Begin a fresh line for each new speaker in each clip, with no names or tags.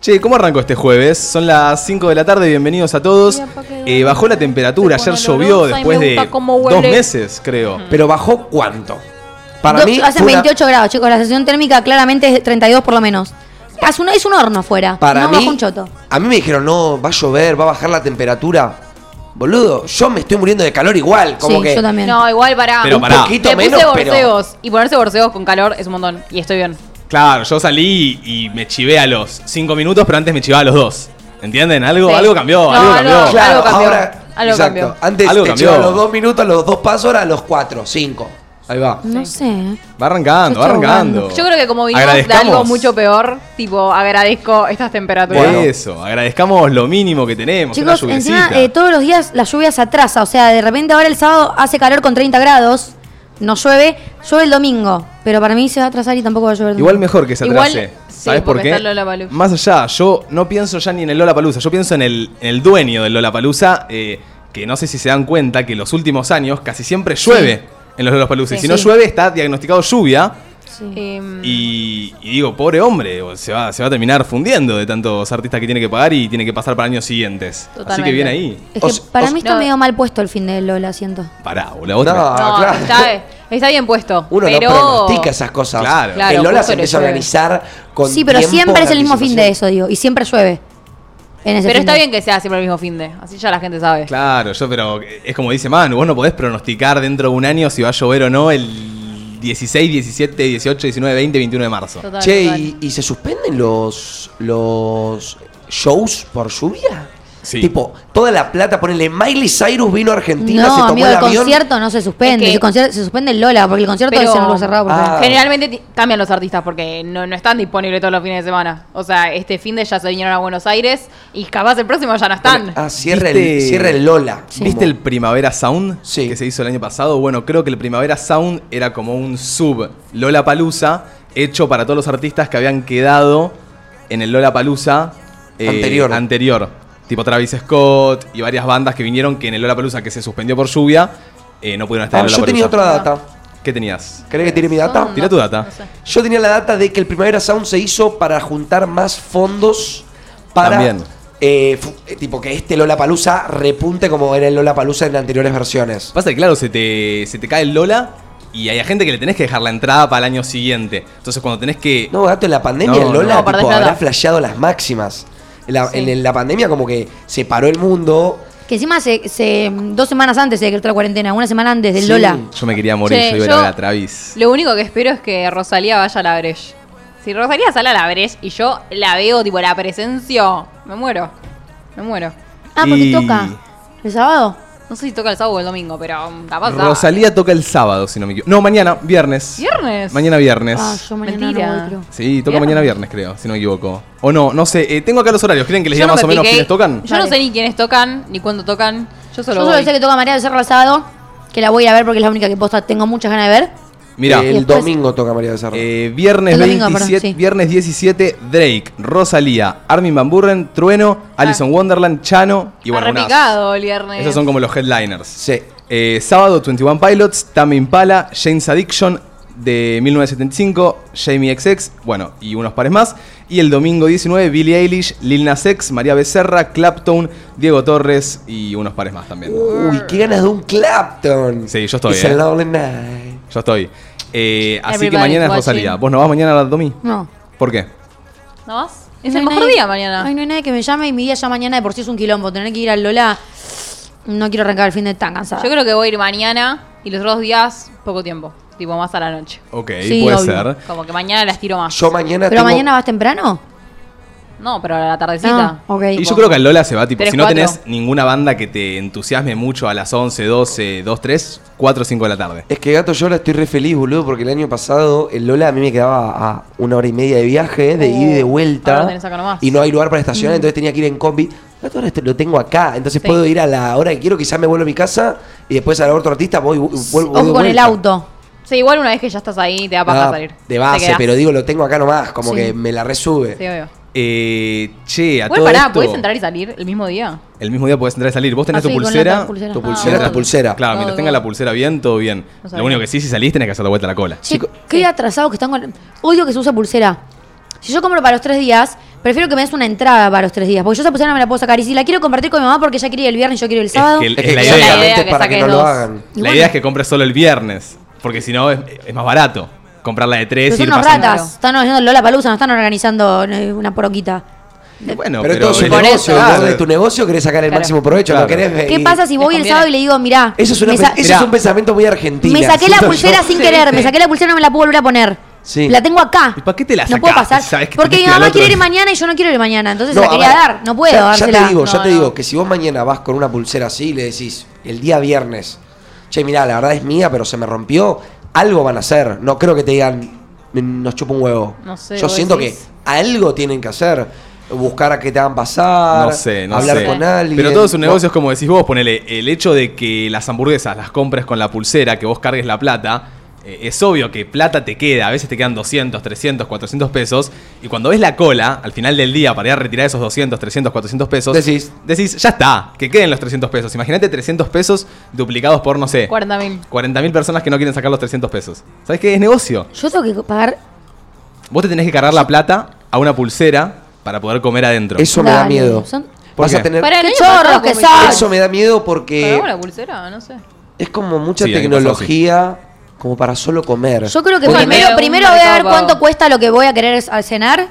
Che, ¿cómo arrancó este jueves? Son las 5 de la tarde, bienvenidos a todos.
Mira, pa' que-
Eh, bajó la temperatura,
Se
ayer
pone
llovió
olorosa y
después
me
de
gusta cómo huele.
dos meses, creo.
Pero bajó cuánto? Para
Do-
mí.
hace
fue una-
28 grados, chicos. La sensación térmica claramente es de 32 por lo menos. Hace un- es un horno afuera.
Para
no
mí.
baja un choto.
A mí me dijeron, no, va a llover, va a bajar la temperatura. Boludo, yo me estoy muriendo de calor igual. Como
Sí,
que.
yo también.
No, igual pará.
Pero
un
pará.
poquito
Me
menos,
puse
pero.
borseos. Y ponerse borseos con calor es un montón. Y estoy bien.
Claro, yo salí y me chivé a los 5 minutos, pero antes me chivaba a los 2. ¿Entienden? Algo,
Sí.
algo cambió,
No,
algo
algo-
cambió.
claro. Algo cambió,
ahora.
algo
exacto.
cambió.
Antes
Algo
te
cambió.
llevaba los dos minutos, a los dos pasos, ahora a los cuatro, cinco. Ahí va.
No sé. ¿eh?
Va arrancando, va
Yo estoy
arrancando.
Yo creo que como vinimos de
Agradezcamos.
algo mucho peor, tipo, agradezco estas temperaturas.
Bueno.
Eso, agradezcamos lo mínimo que tenemos. una
Chicos, encima
lluviecita.
eh, todos los días la lluvia se atrasa. O sea, de repente ahora el sábado hace calor con 30 grados. No llueve. Llueve el domingo. Pero para mí se va a atrasar y tampoco va a llover. el
Igual
domingo.
mejor que se
Igual,
atrase.
sí,
¿Sabes por
porque
qué?
está el Lollapalooza.
Más allá, yo no pienso ya ni en el Lola Palusa, yo pienso en el, en el dueño del Lola Palusa, que no sé si se dan cuenta que en los últimos años casi siempre llueve en los Lola Palusa. Y
Sí.
si no
Sí.
llueve, está diagnosticado lluvia.
Sí.
Em,
Y, y digo, pobre hombre, o se va, se va a terminar fundiendo de tantos artistas que tiene que pagar y tiene que pasar para años siguientes. Así que
Totalmente.
viene ahí.
Es que
os-
para
os-
mí está
no.
medio mal puesto el fin de Lola, siento.
Pará, boludo. vos
No,
también.
Ah,
no,
claro.
está, está bien puesto.
Uno
pero...
no pronostica esas cosas.
Claro.
Claro,
el Lola
justo
se
le
empieza a
llueve.
organizar con.
Sí, pero
tiempo
siempre
de
es el mismo fin de
anticipación.
eso, digo. Y siempre llueve. En ese
Pero está
finde.
bien que sea siempre el mismo fin de. Así ya la gente sabe.
Claro, yo, pero es como dice Manu, vos no podés pronosticar dentro de un año si va a llover o no el 16, 17, 18, 19, 20, 21 de marzo.
Total,
Che,
total.
¿y, y se suspenden los, los shows por lluvia?
Sí.
Tipo, toda la plata, ponele, Miley Cyrus vino a Argentina, se
No,
tomó
amigo,
el
el
avión.
concierto no se suspende.
Es que-
el concier- se suspende el Lola, porque el concierto
Pero-
es en lugar cerrado. por
Ah.
favor.
Generalmente ti- cambian los artistas porque no, no están disponibles todos los fines de semana. O sea, este fin de ya se vinieron a Buenos Aires y capaz el próximo ya no están.
Ah, cierra el,
¿Viste?
cierra el Lola. Ah,
¿Viste el Primavera Sound
Sí.
que se hizo el año pasado? Bueno, creo que el Primavera Sound era como un sub Lola Palusa hecho para todos los artistas que habían quedado en el Lola Palusa
Anterior.
anterior. Tipo Travis Scott y varias bandas que vinieron que en el Lola Palusa que se suspendió por lluvia eh, no pudieron estar
Ah,
en el
yo
Lola
tenía otra data.
¿Qué tenías?
¿Querés que tire mi data?
Tira tu data.
Yo tenía la data de que el Primavera Sound se hizo para juntar más fondos para.
También.
eh, fu- eh, tipo que este Lola Palusa repunte como era el Lola Palusa en anteriores versiones.
Pasa que, claro, se te, se te cae el Lola y hay gente que le tenés que dejar la entrada para el año siguiente. Entonces, cuando tenés que.
No, gato, en la pandemia
No,
el Lola
no,
tipo,
perdés
habrá
plata.
flasheado las máximas. En la,
Sí.
en el- la pandemia como que se paró el mundo.
Que encima se, se- dos semanas antes de que entró la cuarentena, una semana antes del
Sí.
Lola.
Yo me quería morir,
Che,
yo iba a ir
yo-
a ver a Travis.
Lo único que espero es que Rosalía vaya a la Breche. Si Rosalía sale a la Breche y yo la veo, tipo, la presencio, me muero. Me muero.
Ah, porque
Y-
toca. ¿El sábado?
No sé si toca el sábado o el domingo, pero um, capaz. da.
Rosalía toca el sábado, si no me equivoco. No, mañana, viernes.
¿Viernes?
Mañana viernes.
Ah, yo mañana
Mentira.
no voy, creo.
Sí, toca
¿Viernes?
mañana viernes, creo, si no me equivoco. O no, no sé. eh, tengo acá los horarios. ¿Creen que les
Yo
diga
no
más
me
o menos
piqué.
quiénes tocan?
Yo no
Dale.
sé ni quiénes tocan, ni cuándo tocan. Yo solo,
Yo solo
voy.
sé que toca María del Cerro el sábado, que la voy a ir a ver porque es la única que posta tengo muchas ganas de ver.
Mira,
el
después-
domingo toca María de Cerro.
Eh. viernes,
El domingo,
27,
perdón, sí.
viernes 17, Drake, Rosalía, Armin Van Buren, Trueno, Alison Wonderland, Chano y bueno,
Ha
unas-
Ah. repicado eh. el viernes.
Esos son como los headliners.
Sí.
Eh, sábado, 21 Pilots, Tame Impala, James Addiction de 1975, Jamie XX, bueno, y unos pares más. Y el domingo 19, Billie Eilish, Lil Nas X, María Becerra, Clapton, Diego Torres y unos pares más también.
Uy, qué ganas de un Clapton.
Sí, yo estoy,
It's
eh.
a lonely night.
Yo estoy. Eh, así que
Everybody's
mañana es
watching.
Rosalía. ¿Vos no vas mañana a la Domi?
No.
¿Por qué?
¿No vas? Es
No
el
hay
mejor
nadie-
día mañana.
Ay, no hay nadie que me llame y mi día ya mañana de por sí es un quilombo. Tener que ir al Lola. No quiero arrancar el fin de tan cansada.
Yo creo que voy a ir mañana y los otros días poco tiempo. Tipo, más a la noche.
Ok,
Sí,
puede
obvio.
ser.
Como que mañana las tiro más.
Yo mañana
¿Pero
tengo-
mañana vas temprano?
No, pero a la tardecita.
Ah, ok.
Y yo
Tipo,
creo que al Lola se va, tipo,
tres,
si no
cuatro.
tenés ninguna banda que te entusiasme mucho a las 11, 12, 2, 3, 4, 5 de la tarde.
Es que gato, yo ahora estoy re feliz, boludo, porque el año pasado el Lola a mí me quedaba a una hora y media de viaje, de ida y de
Oh, ahora
vuelta.
lo tenés acá nomás. Mm.
Y no hay lugar para estacionar, entonces tenía que ir en combi. Gato, ahora este- lo tengo acá, entonces
Sí.
puedo ir a la hora que quiero, quizás me vuelvo a mi casa y después a la otro artista voy, vu- vuelvo. voy de
Ojo con el
vuelta.
auto.
Sí, igual una vez que ya estás ahí, te da paja
Ah,
salir.
De
Te
base,
quedás.
pero digo, lo tengo acá nomás, como
Sí.
que me la resube.
Sí, obvio.
Eh, che, a
Igual
todo
pará,
esto-
¿podés entrar y salir el mismo día?
El mismo día podés entrar y salir. Vos tenés
Ah,
tu
sí, con la
pulsera.
otra pulsera.
Tu
Ah,
pulsera,
ok.
tu pulsera.
Claro, mientras
Todo.
tenga la pulsera bien, todo bien.
No sabía.
Lo único que sí, si salís, tenés que hacer la vuelta a la cola.
eh.
Che, qué atrasado que están con... Odio que se usa pulsera. Si yo compro para los tres días, Prefiero que me des una entrada para los tres días, porque yo esa pusieron no me la puedo sacar. Y si la quiero compartir con mi mamá porque ella quería el viernes y yo quiero el sábado.
que el-
Es que
la idea.
claramente
La
es
idea
para
que
que no
saques
lo
dos.
hagan.
Y
La
bueno.
idea es que compres solo el viernes, porque si no es, es más barato. Comprar la de
Pero
tres y
son
ir
unos
pasando.
ratas. Están haciendo Lola Palusa, no están organizando eh, una poroquita.
Bueno,
pero,
pero,
todo es un
Por
negocio.
Claro.
vos de tu negocio querés sacar el
Claro.
máximo provecho.
Claro.
No querés
¿Qué
eh,
pasa si voy el
conviene.
sábado y le digo, mirá,
Eso es, una
me,
pe-
sa-
eso
Mirá.
es un pensamiento muy argentino.
me saqué la
siento yo.
pulsera sin querer, me saqué la pulsera y no me la puedo volver a poner?
Sí.
La tengo acá.
¿Y para qué te la
No puedo
sacás?
pasar.
Sabés que
Porque
tenés que
mi
ir al
mamá
otro
quiere ir
día.
mañana y yo no quiero ir mañana. Entonces
No,
se la
a
quería
ver,
dar. No puedo
ya, Ya
dársela.
te digo, ya
No,
te
no.
digo que si vos mañana vas con una pulsera así y le decís el día viernes, che, mirá, la verdad es mía, pero se me rompió, algo van a hacer. No creo que te digan, "Mm, nos chupa un huevo.
No sé,
Yo
vos
siento
decís.
que algo tienen que hacer. Buscar a qué te van a pasar,
No sé, no
hablar
sé.
con alguien.
Pero todo es un
No.
negocio, es como decís vos, ponele, el hecho de que las hamburguesas las compres con la pulsera, que vos cargues la plata, eh, es obvio que plata te queda, a veces te quedan 200, 300, 400 pesos, y cuando ves la cola, al final del día, para ir a retirar esos 200, 300, 400 pesos,
Decís.
decís, ya está, que queden los 300 pesos. Imagínate 300 pesos duplicados por, no
Eh.
sé,
40.000.
40.000 personas que no quieren sacar los 300 pesos. ¿Sabes qué? Es negocio.
Yo tengo que pagar.
Vos te tenés que cargar la plata a una pulsera para poder comer adentro.
Eso me da
Dale,
miedo.
son-
¿Por
Vas
qué?
a tener.
Para el
Qué
año
chorros
pasado
que
comí-
son.
Eso me Eh, da miedo porque
¿Pagamos la pulsera? No sé.
es como mucha
Sí, hay que pasar,
tecnología como para solo comer.
Yo creo que
Porque
primero,
me-
primero
un
voy a
mercado
ver
pago.
cuánto cuesta lo que voy a querer al cenar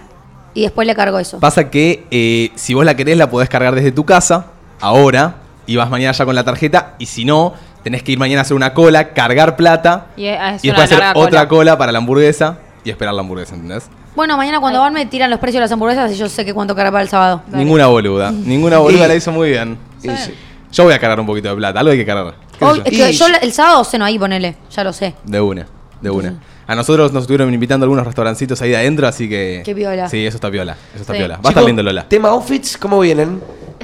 y después le cargo eso.
Pasa que eh, si vos la querés, la podés cargar desde tu casa, ahora, y vas mañana ya con la tarjeta, y si no, tenés que ir mañana a hacer una cola, cargar plata,
Y es
y
una
después hacer
larga
otra
cola.
cola para la hamburguesa y esperar la hamburguesa, ¿entendés?
Bueno, mañana cuando
Ay.
van me tiran los precios de las hamburguesas y yo sé que cuánto cargar para el sábado.
Dale.
Ninguna boluda, ninguna boluda
Y-
la hizo muy bien.
Y sí.
Yo voy a cargar un poquito de plata, algo hay que cargar. ¿Qué
Hoy-
sé
es
yo?
que
Y-
yo la- el sábado ceno ahí, ponele, ya lo sé.
De una, de una. A nosotros nos estuvieron invitando a algunos restaurancitos ahí de adentro, así que.
Qué piola.
Sí, eso está piola. Eso está
Sí.
piola. Va a
Chicos,
estar lindo Lola.
Tema outfits, ¿cómo vienen?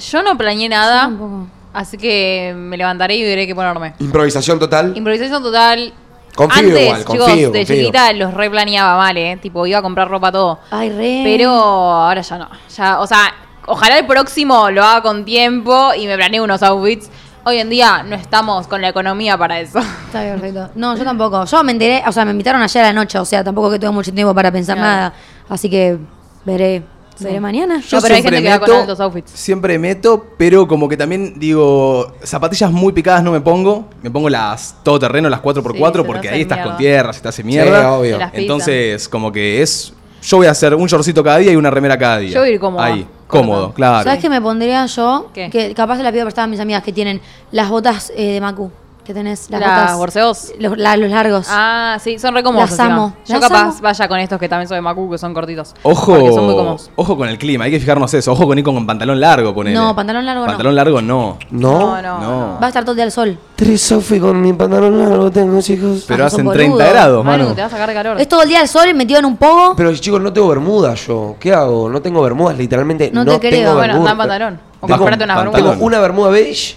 Yo no planeé
¿Ah?
nada,
tampoco.
así que me levantaré y veré qué ponerme.
Improvisación total.
Improvisación total.
Confío
Antes,
igual, confío,
chicos, de
confío.
chiquita los replaneaba mal, ¿eh? Tipo, iba a comprar ropa todo.
Ay, re.
Pero ahora ya no. Ya, o sea, ojalá el próximo lo haga con tiempo y me planee unos outfits. Hoy en día no estamos con la economía para eso.
Está bien, Rito. No, yo tampoco. Yo me enteré, o sea, me invitaron ayer a la noche, o sea, tampoco que tuve mucho tiempo para pensar
Claro.
nada. Así que veré. Veré mañana.
Yo- No, pero hay gente que va con altos outfits.
Siempre meto, pero como que también digo, zapatillas muy picadas no me pongo. Me pongo las todoterreno, las 4x4,
Sí, se te
porque
hace
ahí estás
mierda.
con tierra, se te hace
Sí,
mierda.
obvio.
Las pisan.
Entonces, como que es. Yo voy a hacer un shortcito cada día y una remera cada día.
Yo voy a ir cómoda.
Ahí,
Cómoda.
cómodo, claro.
¿Sabes qué me pondría yo?
¿Qué?
Que capaz se la pido prestada a mis amigas que tienen las botas eh, de Macu. Que tenés las,
Las
botas.
borseos.
Los, la- los largos.
Ah, sí, son re cómodos.
Las
encima.
amo,
Yo
las
capaz
amo.
vaya con estos que también son de Macu, que son cortitos. Porque son muy
Ojo,
cómodos.
ojo con el clima, hay que fijarnos eso. Ojo con ir con pantalón largo, ponele.
No, pantalón largo no.
Pantalón largo no.
No.
no.
No.
Va a estar todo el día al sol.
Tres outfits con mi pantalón largo tengo, chicos.
Pero
Ah, son
hacen
boludos.
30 grados,
Manu,
mano.
te vas a sacar de calor.
Es todo el día al sol metido en un pogo.
Pero chicos, no tengo bermudas yo. ¿Qué hago? No tengo bermudas, literalmente.
No
No,
te
tengo
creo.
Bueno,
bermudas.
anda en pantalón. O
Tengo
comprate unas
pantalón.
bermudas.
Tengo una bermuda beige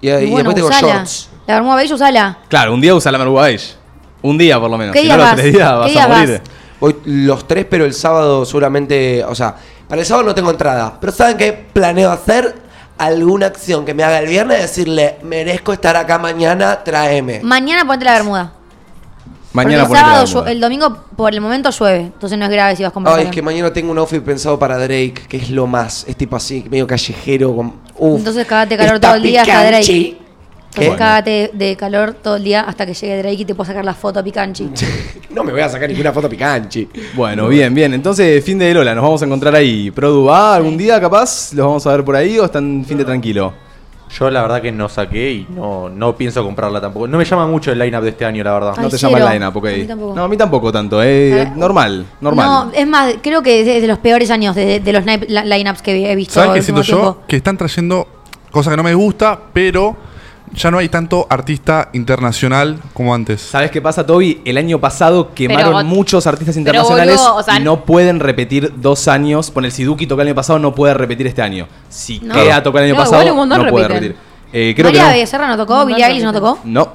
y, y
Y bueno,
después tengo
usala.
shorts.
La bermuda beige, usala.
Claro, un día usa la merguá beige. Un día por lo menos.
¿Qué
si
día
no, los
vas?
tres días
¿Qué
vas
día
a morir.
vas?
Hoy los tres, pero el sábado seguramente. O sea, para el sábado no tengo entrada. Pero ¿saben qué? Planeo hacer alguna acción que me haga el viernes y decirle, merezco estar acá mañana, tráeme.
Mañana ponte la bermuda.
Mañana
Porque
ponete
el
la
sábado,
bermuda.
llu- el domingo por el momento llueve. Entonces no es grave si vas con
Ay,
pantalón.
es que mañana tengo un outfit pensado para Drake, que es lo más. Es tipo así, medio callejero. Con, uf.
Entonces cagate calor
Está
todo el día hasta Drake.
picanchi.
Entonces
¿Qué?
Bueno.
cagate de calor todo el día hasta que llegue Drake y te puedo sacar la foto a Picanchi.
No me voy a sacar ninguna foto picanchi.
Bueno, bien, bien. Entonces, fin de Lola, nos vamos a encontrar ahí. Produ va algún día capaz, los vamos a ver por ahí o están fin de tranquilo.
Yo la verdad que no saqué y no, no pienso comprarla tampoco. No me llama mucho el lineup de este año, la verdad.
No
Ay,
te
cero.
llama la ENA, porque
A mí
ahí.
tampoco.
No, a mí tampoco tanto, eh.
Ah.
Normal, normal.
No, es más, creo que es de los peores años de, de los nai- la- lineups que he visto.
¿Sabes qué
el
siento
último
yo?
tiempo.
Que están trayendo cosas que no me gusta, pero ya no hay tanto artista internacional como antes.
¿Sabes qué pasa, Toby? El año pasado quemaron
vos-
muchos artistas
pero,
internacionales
boludo, o sea,
y no pueden repetir dos años. Pon el Siduki toca el año pasado, no puede repetir este año. Si
No.
queda toca el año
No,
pasado,
igual un
no
montón
puede
repiten.
repetir. Eh, creo
María
que
Becerra no tocó,
No,
Billie
no
Eilish no tocó.
no.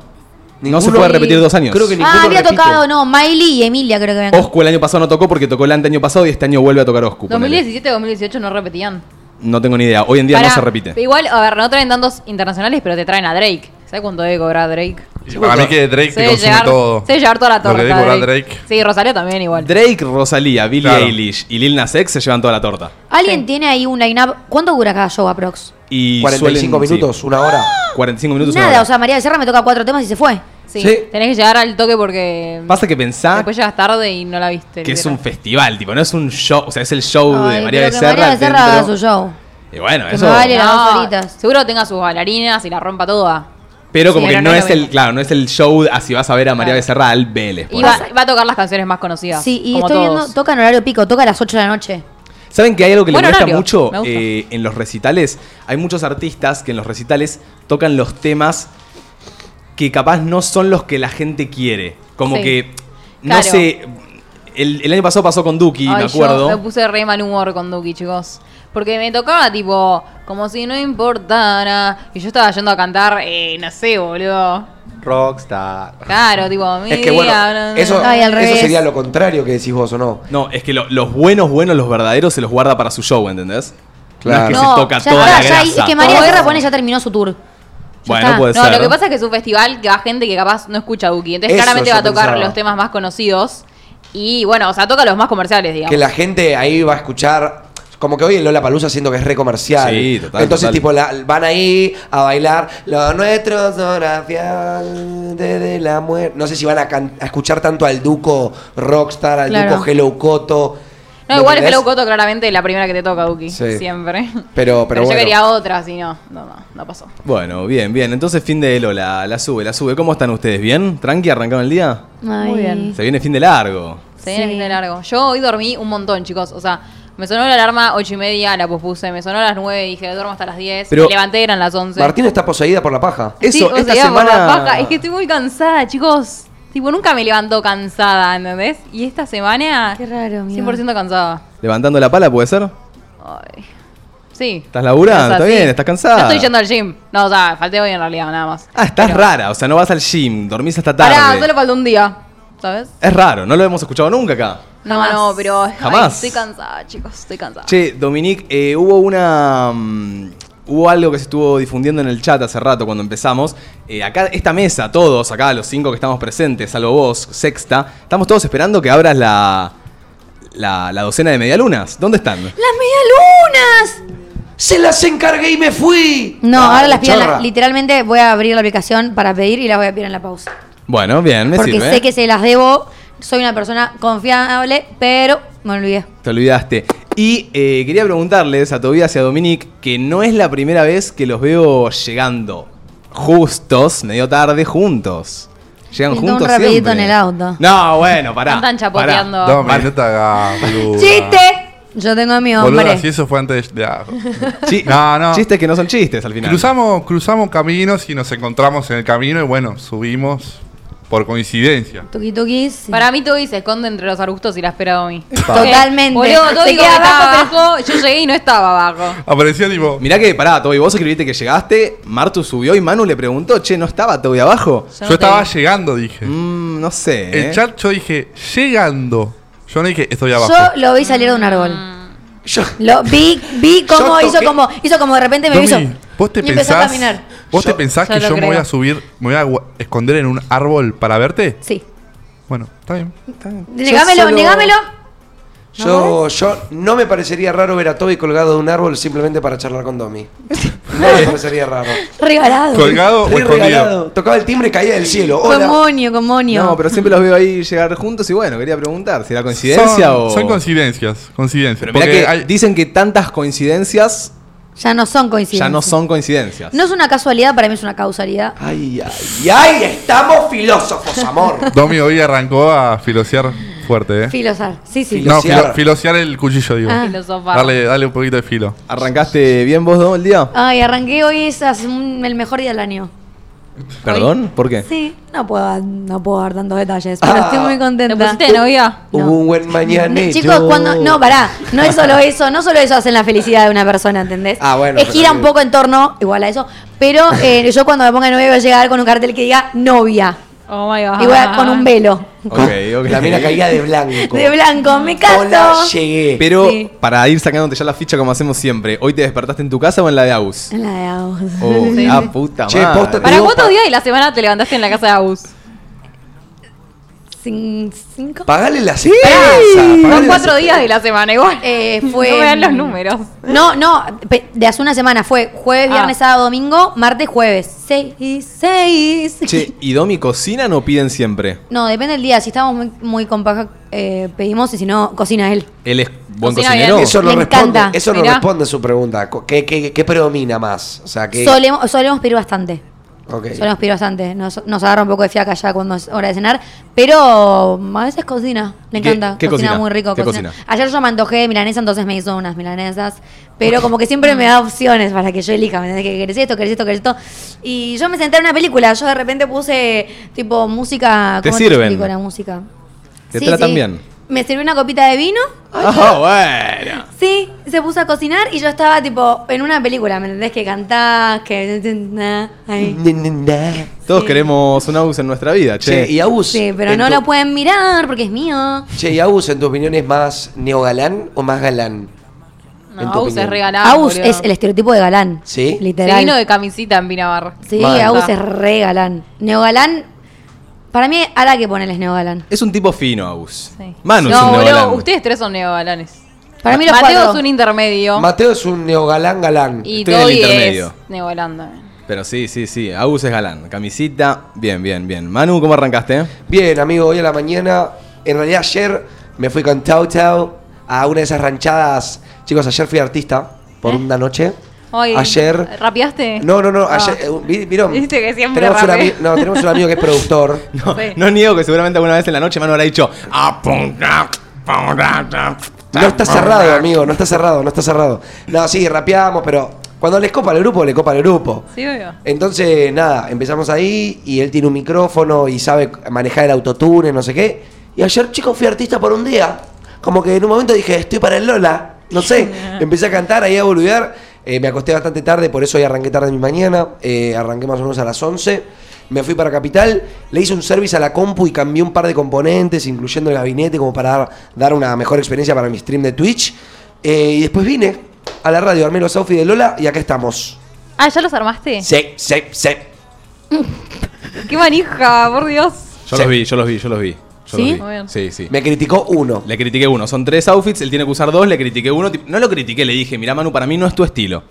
No. No se
Ninguno
puede
y-
repetir dos años.
creo que Ninguno
Ah, había
repite.
tocado, no, Miley y Emilia creo que habían tocado.
Oscu el año pasado no tocó porque tocó el ante año pasado y este año vuelve a tocar Oscu. ponele.
2017-2018 no repetían.
No tengo ni idea. Hoy en día
Pará,
no se repite.
Igual, a ver, no traen tantos internacionales, pero te traen a Drake. ¿Sabes cuánto debe cobrar Drake?
Y para mí que Drake
Se
te
debe
consume
llegar,
todo.
se debe llevar toda la
Lo
torta.
que debe cobrar Drake.
Sí, Rosalía también igual.
Drake, Rosalía, Billie
Claro.
Eilish y Lil Nas X se llevan toda la torta.
¿Alguien
Sí.
tiene ahí un line-up? ¿Cuánto dura cada show aprox?
Y
45
suelen- sí,
minutos, una hora.
45 minutos. una
Nada,
hora.
o sea, María Becerra me toca cuatro temas y se fue.
Sí.
Sí.
Tenés que llegar al toque porque
Pasa que pensá
después llegas tarde y no la viste.
que es
literal.
un festival, tipo, no es un show, o sea, es el show de
Ay,
María
pero que
Becerra.
María Becerra haga
dentro.
su show.
Y bueno,
Que
eso.
me vale. Dale, las dos horitas.
Seguro tenga sus bailarinas y la rompa toda.
Pero como
Sí,
que
pero
no,
no es
es
lo
el,
mismo.
claro, no es el show así vas a ver a María
Claro.
Becerra al Vélez. por
Y va,
ejemplo.
va a tocar las canciones más conocidas.
Sí, y
como
estoy
todos.
viendo, toca en horario pico, toca a las 8 de la noche.
¿Saben que hay algo que
Buen
le molesta
horario,
mucho
me gusta.
eh, en los recitales? Hay muchos artistas que en los recitales tocan los temas que capaz no son los que la gente quiere. Como
Sí.
que, no
Claro.
sé, el, el año pasado pasó con Duki,
Ay,
me
yo
acuerdo.
me puse re mal humor con Duki, chicos. Porque me tocaba tipo, como si no importara. Y yo estaba yendo a cantar, eh, no sé, boludo.
Rockstar.
Claro, tipo, mi
Es que bueno,
día, bla, bla,
eso,
bla.
Ay, al
eso
revés.
sería lo contrario que decís vos, ¿o no?
No, es que lo- los buenos, buenos, los verdaderos se los guarda para su show, ¿entendés?
Claro.
No es que
No,
se toca
ya
toda
está,
la
ya-
grasa.
es que María
Todo
Becerra
eso.
pone ya terminó su tour.
bueno,
está.
puede
No,
ser.
lo que pasa es que es un festival que va gente que capaz no escucha a Duki. Entonces
Eso
claramente
yo
va a tocar
pensaba.
los temas más conocidos. Y bueno, o sea, toca los más comerciales, digamos.
Que la gente ahí va a escuchar. Como que hoy el Lola Palusa siento que es re comercial.
Sí, total,
Entonces,
total.
tipo, la- van ahí a bailar. Lo nuestro son afiantes de la muerte. No sé si van a, can- a escuchar tanto al Duco Rockstar, al
Claro.
Duco Hello Coto.
No, igual es
entendés?
Hello Coto claramente la primera que te toca, Duki.
Sí.
Siempre.
Pero, pero, bueno.
yo quería otra, si no. No, no, no pasó.
Bueno, bien, bien. Entonces fin de Lola, la sube, la sube. ¿Cómo están ustedes? ¿Bien? ¿Tranqui? ¿Arrancaron el día?
Ay.
bien.
Se viene fin de largo.
Se viene
Sí.
fin de largo. Yo hoy dormí un montón, chicos. O sea, me sonó la alarma ocho y media, la pospuse. Me sonó a las 9 y dije, duermo hasta las 10.
Pero-
me levanté, eran las 11.
Martín está poseída por la paja.
Eso,
Sí, o
esta
sea, por la
semana-
paja. Es que estoy muy cansada, chicos. Tipo, nunca me levanto cansada, ¿entendés? Y esta semana...
Qué raro, mira.
100% cansada.
¿Levantando la pala puede ser?
Ay. Sí.
¿Estás laburando?
O sea,
¿Está
sí.
bien? ¿Estás cansada?
No estoy yendo al gym. No, o sea, falté hoy en realidad, nada más.
Ah, estás
Pero-
rara, o sea, no vas al gym, dormís hasta tarde.
Pará, solo falta un día, ¿sabes?
Es raro, no lo hemos escuchado nunca acá.
No,
Jamás.
no, pero ay,
Jamás.
estoy cansada, chicos, estoy cansada.
Che, Dominique, eh, hubo una. mm, hubo algo que se estuvo difundiendo en el chat hace rato cuando empezamos. Eh, acá, esta mesa, todos, acá los cinco que estamos presentes, salvo vos, sexta, estamos todos esperando que abras la. La, la docena de medialunas. ¿Dónde están?
¡Las medialunas!
¡Se las encargué y me fui!
No,
Ah,
ahora las pido. en la-
chorra.
literalmente voy a abrir la aplicación para pedir y las voy a pedir en la pausa.
Bueno, bien, me
Porque
sirve. ¿eh?
sé que se las debo. Soy una persona confiable, pero me olvidé.
Te olvidaste. Y eh, quería preguntarles a Tobías y a Dominique que no es la primera vez que los veo llegando justos, medio tarde, juntos. Llegan
Pinta un
juntos
rapidito
siempre.
en el auto.
No, bueno, pará.
Andan chapoteando.
pará.
Dame, no te hagas, boluda.
¡Chiste! Yo tengo a mi
Boluda,
hombre.
si eso fue antes de. ah.
Chi-
No, no.
Chistes que no son chistes al final.
Cruzamos, cruzamos caminos y nos encontramos en el camino y bueno, subimos por coincidencia.
Tuki tuki. sí.
Para mí Toby se esconde entre los arbustos y la espera a mí.
Totalmente.
Boludo, Toby
Se
dijo que
queda
estaba
abajo,
abajo, yo llegué y no estaba abajo.
Apareció tipo.
Mirá que, pará, Toby, vos escribiste que llegaste, Martu subió y Manu le preguntó, che, ¿no estaba Toby abajo?
Yo no
Yo
te
estaba
vi.
llegando, dije.
Mm, no sé. ¿eh?
El chat yo dije, llegando. Yo no dije, estoy abajo.
Yo lo vi salir de un árbol.
Yo-
Lo vi, vi cómo
Yo
hizo
toqué-
como, hizo como de repente me
Domi,
hizo.
¿Vos te
y empezó a
pensás,
caminar.
¿vos
Yo-
te pensás
yo
que
lo
yo me voy
creo.
a subir, me voy a gua- esconder en un árbol para verte?
Sí.
Bueno, está bien.
Negámelo,
solo-
negámelo.
Yo, yo no me parecería raro ver a Toby colgado de un árbol simplemente para charlar con Domi. No me parecería raro.
Regalado.
Colgado o
Re
escondido.
regalado. Tocaba el timbre y caía del cielo.
Con
Hola.
moño, con moño.
No, pero siempre los veo ahí llegar juntos y bueno, quería preguntar, ¿será coincidencia
son,
o...?
son coincidencias, coincidencias.
Pero mirá
porque
que
hay-
dicen que tantas coincidencias
Ya no son coincidencias.
ya no son coincidencias.
No es una casualidad, para mí es una causalidad.
Ay, ay, ay, estamos filósofos, amor.
Domi hoy arrancó a filosear fuerte, ¿eh?
Filosar. Sí, sí.
no,
Filosear.
filo- filosear el cuchillo, digo.
Ah.
Filosofar.
Dale, dale un poquito de filo.
¿Arrancaste bien vos, Dom, el día?
Ay, arranqué hoy, es hace un- el mejor día del año.
¿Perdón? ¿Por qué?
Sí, no puedo, no puedo dar tantos detalles, pero
Ah.
estoy muy
¿Te
contenta.
pusiste de novia?
No.
Hubo un buen mañanero.
Chicos, cuando. No, pará. No es solo eso. No solo eso hacen la felicidad de una persona, ¿entendés?
Ah, bueno,
Es
pero
gira
sí.
un poco en torno, igual a eso. Pero eh, yo cuando me ponga novia voy a llegar con un cartel que diga novia.
Oh my god.
Y voy a, con un velo.
Ok, ok.
La mina caía de blanco.
De blanco, me caso.
Hola, llegué.
Pero
Sí.
para ir sacándote ya la ficha como hacemos siempre, ¿hoy te despertaste en tu casa o en la de Agus?
La de Agus.
Oh,
Sí.
la puta
Che,
madre.
posta,
¿Para
Digo,
cuántos
pa-
días de la semana te levantaste en la casa de Agus?
Cin- ¿Cinco?
Pagale las
Son cuatro días de la semana igual.
Eh, fue-
No me dan los números.
No, no, pe- de hace una semana fue jueves,
Ah.
viernes, sábado, domingo, martes, jueves. Seis y seis.
Che, ¿y Domi cocinan o piden siempre?
No, depende del día. Si estamos muy, muy con paja, eh, pedimos y si no, cocina él.
Él es buen
Cocina
cocinero.
bien.
Eso no
Me
responde,
encanta,
eso no
mirá.
responde su pregunta. Co- ¿Qué, qué, qué predomina más? O sea, que
Solemos, solemos pedir bastante.
Ok.
Solemos pedir bastante. Nos, nos agarra un poco de fiaca ya cuando es hora de cenar. Pero a veces cocina. Le
¿Y qué-
encanta.
qué cocina?
muy rico.
¿Qué cocina?
Ayer yo me antojé de milanesa, entonces me hizo unas milanesas. Pero como que siempre me da opciones para que yo elija. ¿Me entendés? Que querés esto, querés esto, querés esto. Y yo me senté en una película. Yo de repente puse tipo música.
Te
¿cómo
sirven.
explico la música?
Te tratan bien.
Me sirvió una copita de vino.
Ah, bueno.
Sí, se puso a cocinar y yo estaba tipo en una película, ¿me entendés? Que cantás, que... Ahí.
Ni- ni- na.
Todos queremos un Agus en nuestra vida, che.
Che, y Agus.
Sí, pero
en
no
tu-
lo pueden mirar porque es mío.
Che, y Agus, ¿en tu opinión es más neogalán o más galán?
No,
En tu
Agus es
opinión.
regalado.
Aus es el estereotipo de galán.
Sí.
Se
Literal.
vino de Ah. camisita en Pinabar.
Sí,
Mal.
Aus es re galán. Neogalán, para mí, ahora que ponerles neogalán.
Es un tipo fino, Agus.
Sí.
Manu es
no,
un
boludo,
neogalán.
ustedes tres son neogalanes.
Para mí los
Mateo
cuatro.
es un intermedio.
Mateo es un neogalán galán.
y
Estoy en el
Dodi
intermedio.
es neogalán también.
Pero sí, sí, sí. Agus es galán. Camisita. Bien, bien, bien. Manu, ¿cómo arrancaste?
Bien, amigo, hoy a la mañana. En realidad, ayer me fui con Tau Tau a una de esas ranchadas. Chicos, ayer fui artista
¿Eh?
por una noche.
Ay,
ayer.
¿Rapeaste?
No, no, no.
Ah.
Ayer, eh, vi- ¿Vieron?
Viste que siempre
tenemos un,
rapé.
ami- no, tenemos un amigo que es productor.
No,
Sí.
no niego que seguramente alguna vez en la noche Manu habrá dicho. "Ah, pum, ah, pum, ah, ah".
No está cerrado, amigo, no está cerrado, no está cerrado. No, sí, rapeamos, pero cuando les copa el grupo, le copa el grupo.
Sí, obvio.
Entonces, nada, empezamos ahí y él tiene un micrófono y sabe manejar el autotune, no sé qué. Y ayer, chicos, fui artista por un día. Como que en un momento dije, estoy para el Lola, no sé. Empecé a cantar, ahí a boludear. Eh, me acosté bastante tarde, por eso hoy arranqué tarde en mi mañana. Eh, arranqué más o menos a las 11. Me fui para Capital, le hice un service a la compu y cambié un par de componentes, incluyendo el gabinete, como para dar, dar una mejor experiencia para mi stream de Twitch. Eh, y después vine a la radio, armé los outfits de Lola y acá estamos.
Ah, ¿ya los armaste?
Sí, sí, sí.
¡Qué manija, por Dios!
Yo
Sí.
los vi, yo los vi, yo los vi. Yo
¿Sí?
Los
Muy
vi.
bien.
Sí, sí.
Me criticó uno.
Le critiqué uno. Son tres outfits, él tiene que usar dos, le critiqué uno. Tip- No lo critiqué, le dije, mira Manu, para mí no es tu estilo.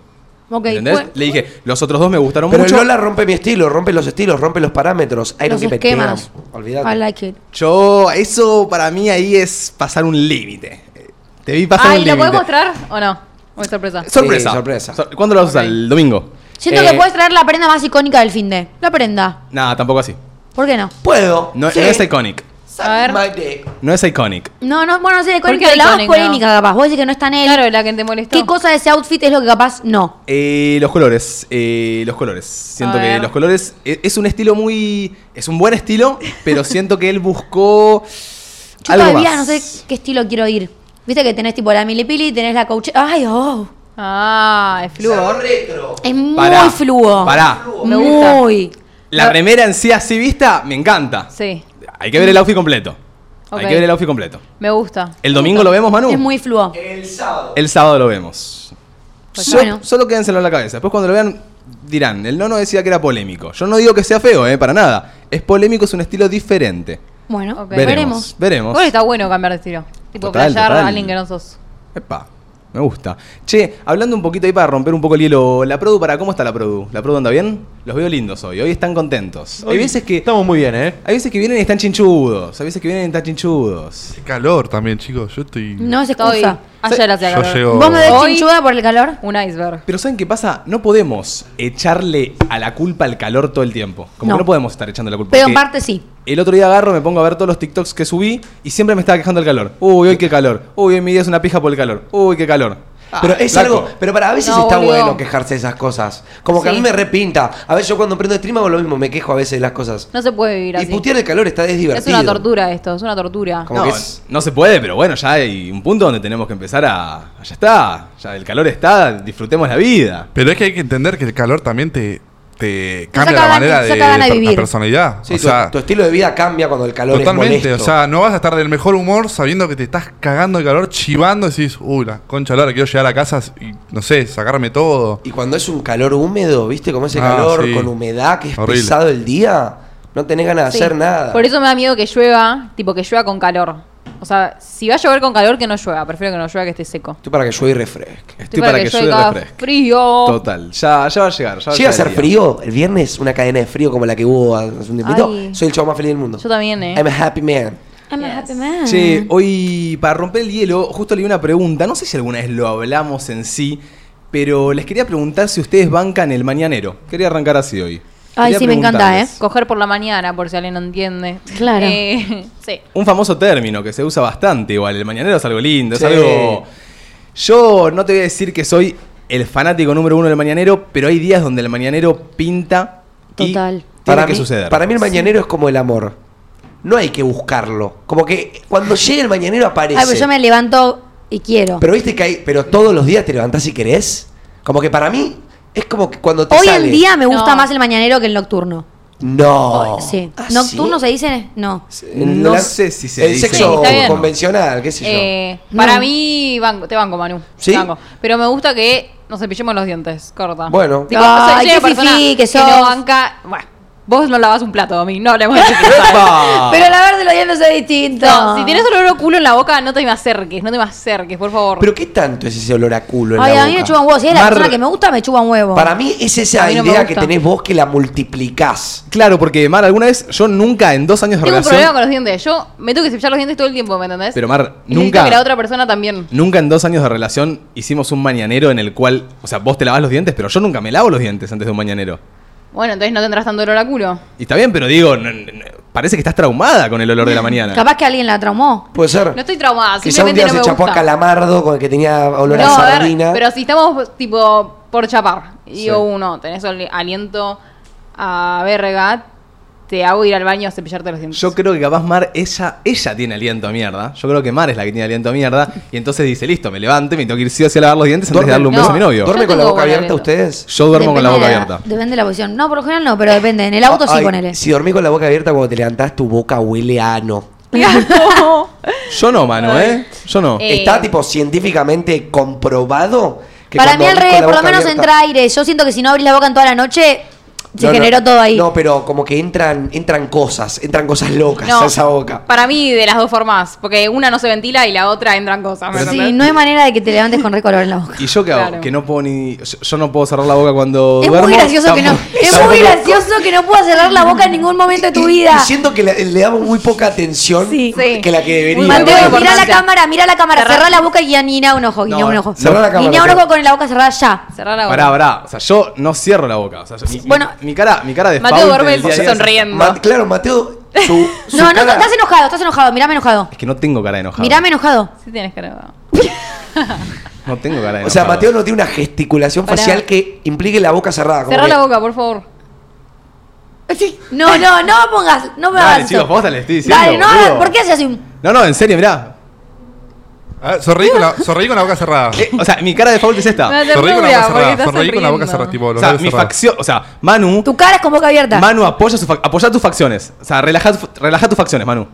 Ok,
¿Entendés?
bueno.
Le dije, los otros dos me gustaron
Pero
mucho.
Lola rompe mi estilo, rompe los estilos, rompe los parámetros. Iron
los
Keep it
esquemas.
down.
I
Olvídate.
like it.
Yo, eso para mí ahí es pasar un límite. Eh, Te vi pasar
Ay,
un
¿lo
límite.
podés mostrar o no? Muy sorpresa.
Sorpresa.
Sí, sorpresa.
Sor- ¿Cuándo lo vas a usar? ¿El domingo?
Siento
Eh,
que puedes traer la prenda más icónica del fin de. La prenda.
Nada, tampoco así.
¿Por qué no?
Puedo.
No,
Sí.
no es iconic.
Suck
A ver.
my dick.
No es iconic.
No, no, bueno, no sé,
¿Por qué
icónica, pero la más
icónica?
polémica capaz. Vos decís que no está en él.
Claro, la que te molestó.
¿Qué cosa de ese outfit es lo que capaz no?
Eh, los colores, eh, los colores. Siento
A
que
ver.
los colores e- es un estilo muy, es un buen estilo, pero siento que él buscó
Yo
algo
todavía
más.
no sé qué estilo quiero ir. Viste que tenés tipo la milipili, tenés la couche. Ay, oh.
Ah, es
Sabor
flúor.
retro.
Es muy
Pará,
fluo.
pará.
Me gusta.
Muy.
La remera en sí así vista me encanta.
Sí,
Hay que ver el
Mm.
outfit completo.
Ok.
Hay que ver el outfit completo.
me gusta.
El domingo lo vemos, Manu.
Es muy fluo.
El sábado.
El sábado lo vemos.
Pues
So-
bueno.
Solo quédenselo en la cabeza. Después cuando lo vean dirán, el nono decía que era polémico. Yo no digo que sea feo, eh, para nada. Es polémico, es un estilo diferente.
Bueno,
Ok.
Veremos.
veremos.
Veremos.
Igual está bueno cambiar de estilo. Tipo,
Total,
callar
total.
a alguien que no sos.
Epa, me gusta. Che, hablando un poquito ahí para romper un poco el hielo, la Produ, ¿para cómo está la Produ? ¿La Produ anda bien? Los veo lindos hoy, hoy están contentos. hay veces que
Estamos muy bien, ¿eh?
hay veces que vienen y están chinchudos, hay veces que vienen y están chinchudos.
Qué calor también, chicos. Yo estoy.
No es
Estoy.
excusa.
Ayer hacía
Yo
calor.
llego-
¿Vos me ves
Hoy-
chinchuda por el calor?
Un iceberg.
Pero ¿saben qué pasa? No podemos echarle a la culpa al calor todo el tiempo. Como
No.
que no podemos estar echando la culpa.
Pero en
porque
parte sí.
El otro día agarro, me pongo a ver todos los TikToks que subí y siempre me estaba quejando el calor. Uy, hoy qué calor. Uy, hoy mi día es una pija por el calor. Uy, qué calor. Ah,
Pero es
flaco.
algo, pero para a veces
No,
está
boludo.
bueno quejarse de esas cosas. Como que a mí
Sí.
me repinta. A veces yo cuando prendo stream hago lo mismo, me quejo a veces de las cosas.
No se puede vivir
y
así.
putear el calor está es
es
divertido.
una tortura esto, es una tortura.
Como
no,
que es-
no se puede, pero bueno, ya hay un punto donde tenemos que empezar a. Ya está, ya el calor está, disfrutemos la vida.
Pero es que hay que entender que el calor también te, te cambia la
acaban-
manera
nos
de,
acaban de
per-
vivir.
la personalidad.
Sí,
o
tu,
sea,
tu estilo de vida cambia cuando el calor es
totalmente. O
molesto.
sea, no vas a estar del mejor humor sabiendo que te estás cagando de calor, chivando, y decís, uy, la concha de la hora, quiero llegar a casa y, no sé, sacarme todo.
Y cuando es un calor húmedo, ¿viste? Como ese
Ah,
calor
sí.
con humedad que es
Horrible.
pesado el día, no tenés ganas de
Sí.
hacer nada.
Por eso me da miedo que llueva, tipo que llueva con calor. O sea, si va a llover con calor, que no llueva. Prefiero que no llueva que esté seco.
Tú para que llueva y refresque.
Estoy Este para que llueva y
cada
refresque.
frío.
"Oh".
Total, ya, ya va a llegar. ya va
Llega a
llegar
ser
el día.
frío el viernes, una cadena de frío como la que hubo hace un tiempito.
Ay.
Soy el chavo más feliz del mundo.
Yo también, eh.
I'm a happy man.
I'm a happy man.
Che, hoy para romper el hielo, justo leí una pregunta, no sé si alguna vez lo hablamos en sí, pero les quería preguntar si ustedes bancan el mañanero. Quería arrancar así hoy.
Ay,
Quería
sí, me encanta,
preguntarles.
¿eh?
Coger por la mañana, por si alguien no entiende.
Claro.
Eh, sí.
Un famoso término que se usa bastante igual. El mañanero es algo lindo,
Sí.
es algo... Yo no te voy a decir que soy el fanático número uno del mañanero, pero hay días donde el mañanero pinta y
Total.
tiene
Para
que
mí,
suceder.
para mí el mañanero es como el amor. No hay que buscarlo. Como que cuando llega el mañanero aparece.
Ay, pero pues yo me levanto y quiero.
Pero viste que hay. Pero todos los días te levantás si querés. Como que para mí es como que cuando te
Hoy
sale.
en día me gusta
No.
más el mañanero que el nocturno.
Oh.
No.
Sí.
¿Ah,
¿Nocturno
sí?
se dice? No.
No sé si se
El
dice
sexo
Sí, está bien.
convencional, qué sé yo.
Eh,
No.
Para mí, banco- te banco, Manu.
¿Sí?
Te banco. Pero me gusta que nos cepillemos los dientes, corta.
Bueno.
Tipo,
Ay,
soy- soy
qué
una persona
fifí que
no
sos.
banca. Bueno, vos no lavas un plato a mí, no hablemos de cepillo.
Pero la verdad de los dientes es distinto.
No, si tienes olor a culo en la boca, no te me acerques, no te me acerques, por favor.
Pero qué tanto es ese olor a culo en
Ay,
la
a mí me
boca?
chupan huevos. Si es la
Mar-
persona que me gusta, me chupan huevos.
Para mí es esa
A mí no me
idea que
gusta.
tenés vos que la multiplicás.
Claro, porque Mar, alguna vez yo nunca en dos años de
Tengo un
relación...
problema con los dientes. Yo me tengo que cepillar los dientes todo el tiempo, ¿me entendés?
Pero Mar,
Y necesito
nunca-
que la otra persona también.
Nunca en dos años de relación hicimos un mañanero en el cual, o sea, vos te lavas los dientes, pero yo nunca me lavo los dientes antes de un mañanero.
Bueno, entonces no tendrás tanto olor a culo.
Y está bien, pero digo, n- n- parece que estás traumada con el olor de la mañana.
Capaz que alguien la traumó.
Puede ser.
No estoy traumada,
Quizá un
simplemente
día
no
se
me
chapó
gusta.
a Calamardo con el que tenía olor a
No, ver,
sardina.
pero si estamos tipo por chapar, y
Sí.
digo uno, tenés oli- aliento a verga, te hago ir al baño a cepillarte los dientes.
Yo creo que capaz Mar, ella, ella tiene aliento a mierda. Yo creo que Mar es la que tiene aliento a mierda. Y entonces dice, listo, me levanto y me tengo que ir sí o sí a lavar los dientes antes de darle
Duerme-
un beso a
no,
mi novio.
¿Duerme
Yo
con la
tengo
boca
buen
abierta
aliento.
ustedes?
Yo duermo con la boca
Depende de
abierta.
Depende de la posición. No, por lo general no, pero depende. En el auto sí
Ay,
ponele.
Si dormí con la boca abierta cuando te levantás, tu boca huele a ano.
No.
Yo no, mano, ¿eh? Yo no.
Eh,
Está tipo científicamente comprobado que
Para
cuando
mí al
dormís con
revés,
la
por lo
boca
menos
abierta-
entra aire. Yo siento que si no abrís la boca en toda la noche, se
No, no,
generó todo ahí.
No, pero como que entran, entran cosas, entran cosas locas
No,
a esa boca.
Para mí, de las dos formas, porque una no se ventila y la otra entran cosas. ¿me
sí,
entendés?
no hay manera de que te levantes con recolor en la boca.
¿Y yo qué hago?
claro.
Que no puedo ni. Yo, yo no puedo cerrar la boca cuando
Es
duermo.
muy gracioso que no.
Tampoco-
Es muy gracioso que no puedas cerrar la boca en ningún momento de tu
Y-
vida.
Y siento que le, le damos muy poca atención
Sí.
Sí.
que la que debería.
Muy
Mateo,
Mantengo-
mira la
importante.
cámara, mira la cámara,
Cerrá-
cerrá la boca y guiñá un ojo, guiñá
No,
un ojo.
cerrá la cámara,
Guiñá un
Mateo.
ojo con la boca cerrada ya.
Cerrar la boca.
Pará, pará. O sea, yo no cierro la boca. O sea, yo- mi, mi-
Bueno,
mi cara, mi cara de
Mateo
faul
duerme
del día a día es-
sonriendo.
Ma- claro, Mateo, su, su
No, no,
cara-
estás enojado, estás enojado, mirame enojado.
Es que no tengo cara de enojado.
Mirame enojado.
Sí tienes cara.
No tengo cara de enojado.
O sea, Mateo no tiene una gesticulación
Pará.
facial que implique la boca
Ah,
cerrada. como
Cerrar
que-
la boca, por favor.
No, no, no pongas, no me
Dale,
hagas
chicos,
eso.
posta, les estoy diciendo,
Dale, no,
boludo.
hagas- ¿por qué haces así? un-
No, no, en serio, mirá.
A ver, Sonreí con la, sonreí con la boca cerrada.
Eh, o sea, mi cara de fault es esta.
Me da
Sonreí con la boca
ternura, Ah, porque
cerrada.
estás
Sonreí con la boca
sonriendo.
cerrada. Tipo,
O
los
sea,
labios
mi
cerrados.
facción, o sea, Manu,
Tu cara es con boca abierta.
Manu apoya, su fac- apoya tus facciones. O sea, relaja, tu- relaja tus facciones, Manu.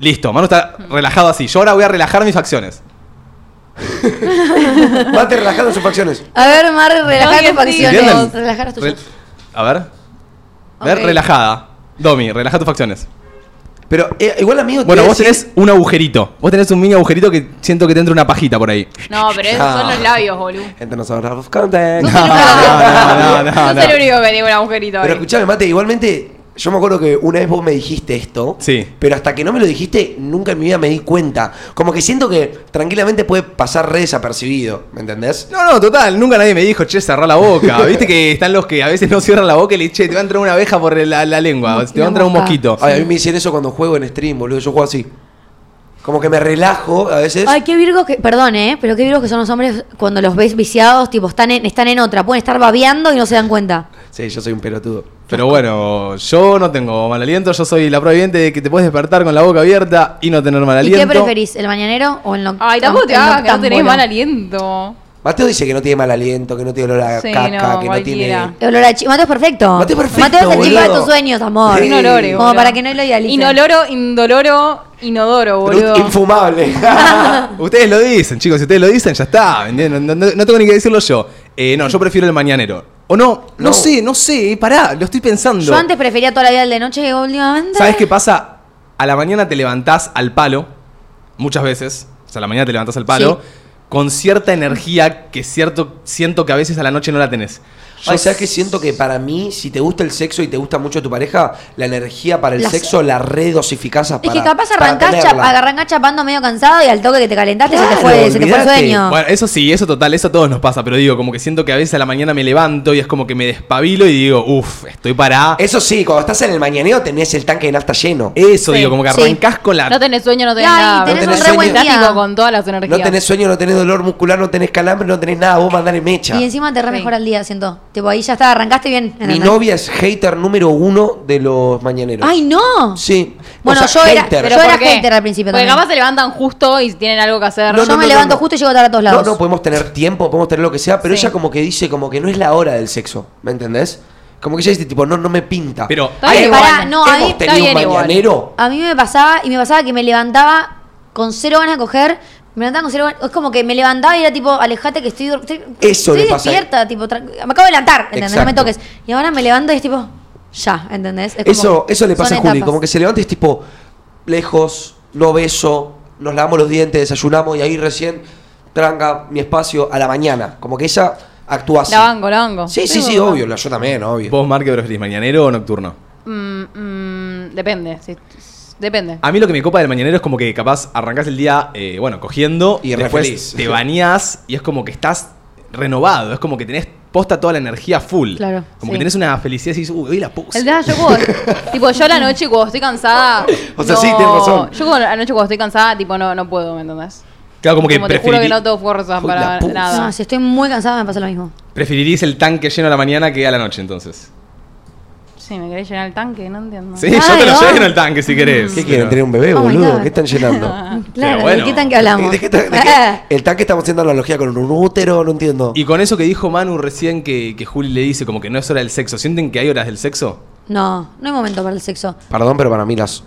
Listo, Manu está
Mm.
relajado así. Yo ahora voy a relajar mis facciones.
Mate relajando sus facciones.
A ver, Mar, relajar
que
tus
sí.
facciones.
¿Entienden?
Relajar las tuyas.
Re- a ver. A ver,
Ok.
relajada. Domi, relaja tus facciones.
Pero eh, igual, amigo.
Bueno,
te-
vos tenés un agujerito. Vos tenés un mini agujerito que siento que te entra una pajita por ahí.
No, pero esos son
No.
los labios, boludo.
Entonces, nos out of context.
Ah. No, no, no, no,
no soy
no.
el único que tiene un agujerito ahí.
Pero escuchame, Mate, igualmente. Yo me acuerdo que una vez vos me dijiste esto.
Sí.
Pero hasta que no me lo dijiste, nunca en mi vida me di cuenta. Como que siento que tranquilamente puede pasar re desapercibido. ¿Me entendés?
No, no, total, nunca nadie me dijo, che, cerrá la boca. Viste que están los que a veces no cierran la boca y le che, te va a entrar una abeja por la, la lengua, te va a entrar un
boca.
mosquito.
Ay, a mí me dicen eso cuando juego en stream, boludo. Yo juego así. Como que me relajo a veces.
Ay, qué virgos que. Perdón, ¿eh? Pero qué virgos que son los hombres cuando los ves viciados, tipo, están en, están en otra. Pueden estar babeando y no se dan cuenta.
Sí, yo soy un pelotudo.
Pero bueno, yo no tengo mal aliento, yo soy la prueba evidente de que te puedes despertar con la boca abierta y no tener mal
¿Y
aliento.
qué preferís, el mañanero o el noctámbulo?
Ay, tampoco te hagas que no tenés mal aliento.
Mateo dice que no tiene mal aliento, que no tiene olor a
Sí,
caca,
no,
que no
cualquiera.
tiene.
El Eh, olor a chi- Mateo es perfecto.
Mateo es perfecto,
Mateo es el chico de
boludo.
tus sueños, amor.
Sí.
Inolore,
Como
boludo.
para que no lo idealicen.
Inoloro, indoloro, inodoro,
pero
boludo.
Infumable.
Ustedes lo dicen, chicos, si ustedes lo dicen, ya está. ¿entienden? No, no- no tengo ni que decirlo yo. Eh, no, yo prefiero el mañanero. O no, no,
No.
sé, no sé, eh, pará, lo estoy pensando.
Yo antes prefería toda la vida el de noche que últimamente.
¿Sabes qué pasa? A la mañana te levantás al palo, muchas veces. O sea, a la mañana te levantás al palo, con cierta energía que cierto, siento que a veces a la noche no la tenés. Yo
Pues-
Ay, ¿sabes qué siento que para mí, si te gusta el sexo y te gusta mucho tu pareja, la energía para el
La-
sexo la redosificás a
Es
para
que capaz
para
arrancás, chap-
tenerla.
arrancás chapando medio cansado y al toque que te calentaste se, te
Claro,
fue, se te fue el
olvidate.
Ah.
sueño.
Bueno, eso sí, eso total, eso a todos nos pasa, pero digo, como que siento que a veces a la mañana me levanto y es como que me despabilo y digo, uff, estoy para...
Eso sí, cuando estás en el mañaneo tenés el tanque de nafta lleno.
Eso
Sí,
digo, como que
sí.
arrancás con la...
No tenés sueño, no tenés
Ay,
nada.
tenés
No
boludo.
tenés un re buen
Estás
día.
tipo con todas las energías.
No tenés sueño, no tenés dolor muscular, no tenés calambre, no tenés nada, vos mandar en mecha.
Y encima te re
Sí.
mejor al día, siento. Tipo, ahí ya está, arrancaste bien.
Mi
¿entendés?
novia es hater número uno de los mañaneros.
¡Ay, no!
Sí.
Bueno,
O sea,
yo era-
hater.
pero- Yo
¿por
era
qué?
hater al principio
Porque
también.
capaz se levantan justo y tienen algo que hacer.
No,
Yo
no,
me
no,
levanto
no.
justo y llego tarde a todos
No,
lados.
no, podemos tener tiempo, podemos tener lo que sea, pero
Sí.
ella como que dice como que no es la hora del sexo, ¿me entendés? Como que ella dice tipo, no, no me pinta.
Pero-
Está bien
Hay-
igual.
pará, no, a mí-
hemos
está
tenido un
bien igual.
mañanero.
A mí me pasaba, y me pasaba que me levantaba con cero ganas de coger. Me levantaba con cero ganas. Es como que me levantaba y era tipo, alejate que estoy. dur- estoy
Eso
estoy
le pasa a-
despierta, tipo, tran- me acabo de levantar, ¿entendés? No me
Exacto.
toques. Y ahora me levanto y es tipo, ya, ¿entendés? Es como-
Eso, eso le pasa a
son
Juli,
etapas.
como que se levanta y es tipo, lejos, no beso, nos lavamos los dientes, desayunamos y ahí recién tranca mi espacio a la mañana. Como que ella actúa así.
La banco, la banco.
Sí, sí, sí,
boludo.
obvio, la- yo también, obvio.
¿Vos, Mar, qué preferís, mañanero o nocturno?
Mm, mm, depende, sí, depende.
Ah,
A mí lo que me copa del mañanero es como que capaz arrancás el día, eh, bueno, cogiendo
Y re
después
feliz.
te bañás y es como que estás renovado, es como que tenés posta toda la energía full.
Claro,
Como
sí.
que tenés una felicidad y dices, uy, hoy la puse.
El tema, yo cuando, tipo, yo a la noche cuando estoy cansada.
O sea,
no-
sí, tenés razón.
Yo cuando- a la noche cuando estoy cansada, tipo, no, no puedo, ¿me entendés?
Claro, como que
te juro que
preferirí-
no tengo fuerzas
Uy, la
para
puta.
nada.
No, si estoy muy cansada me pasa lo mismo.
preferirías el tanque lleno a la mañana que a la noche, entonces.
Sí, me querés llenar el tanque, no entiendo.
Sí, yo te
Ay,
lo
no.
lleno el tanque si querés.
¿Qué
Pero-
quieren? ¿Tener un bebé,
Oh my
boludo?
God.
¿Qué están
Ah.
llenando?
Claro,
bueno.
¿de qué tan que
¿De-
hablamos?
de qué ta- de qué-
Ah,
el tanque estamos haciendo analogía con un útero, no entiendo.
Y con eso que dijo Manu recién que, que Juli le dice como que no es hora del sexo, ¿sienten que hay horas del sexo?
No, no hay momento para el sexo.
Perdón, pero para mí las.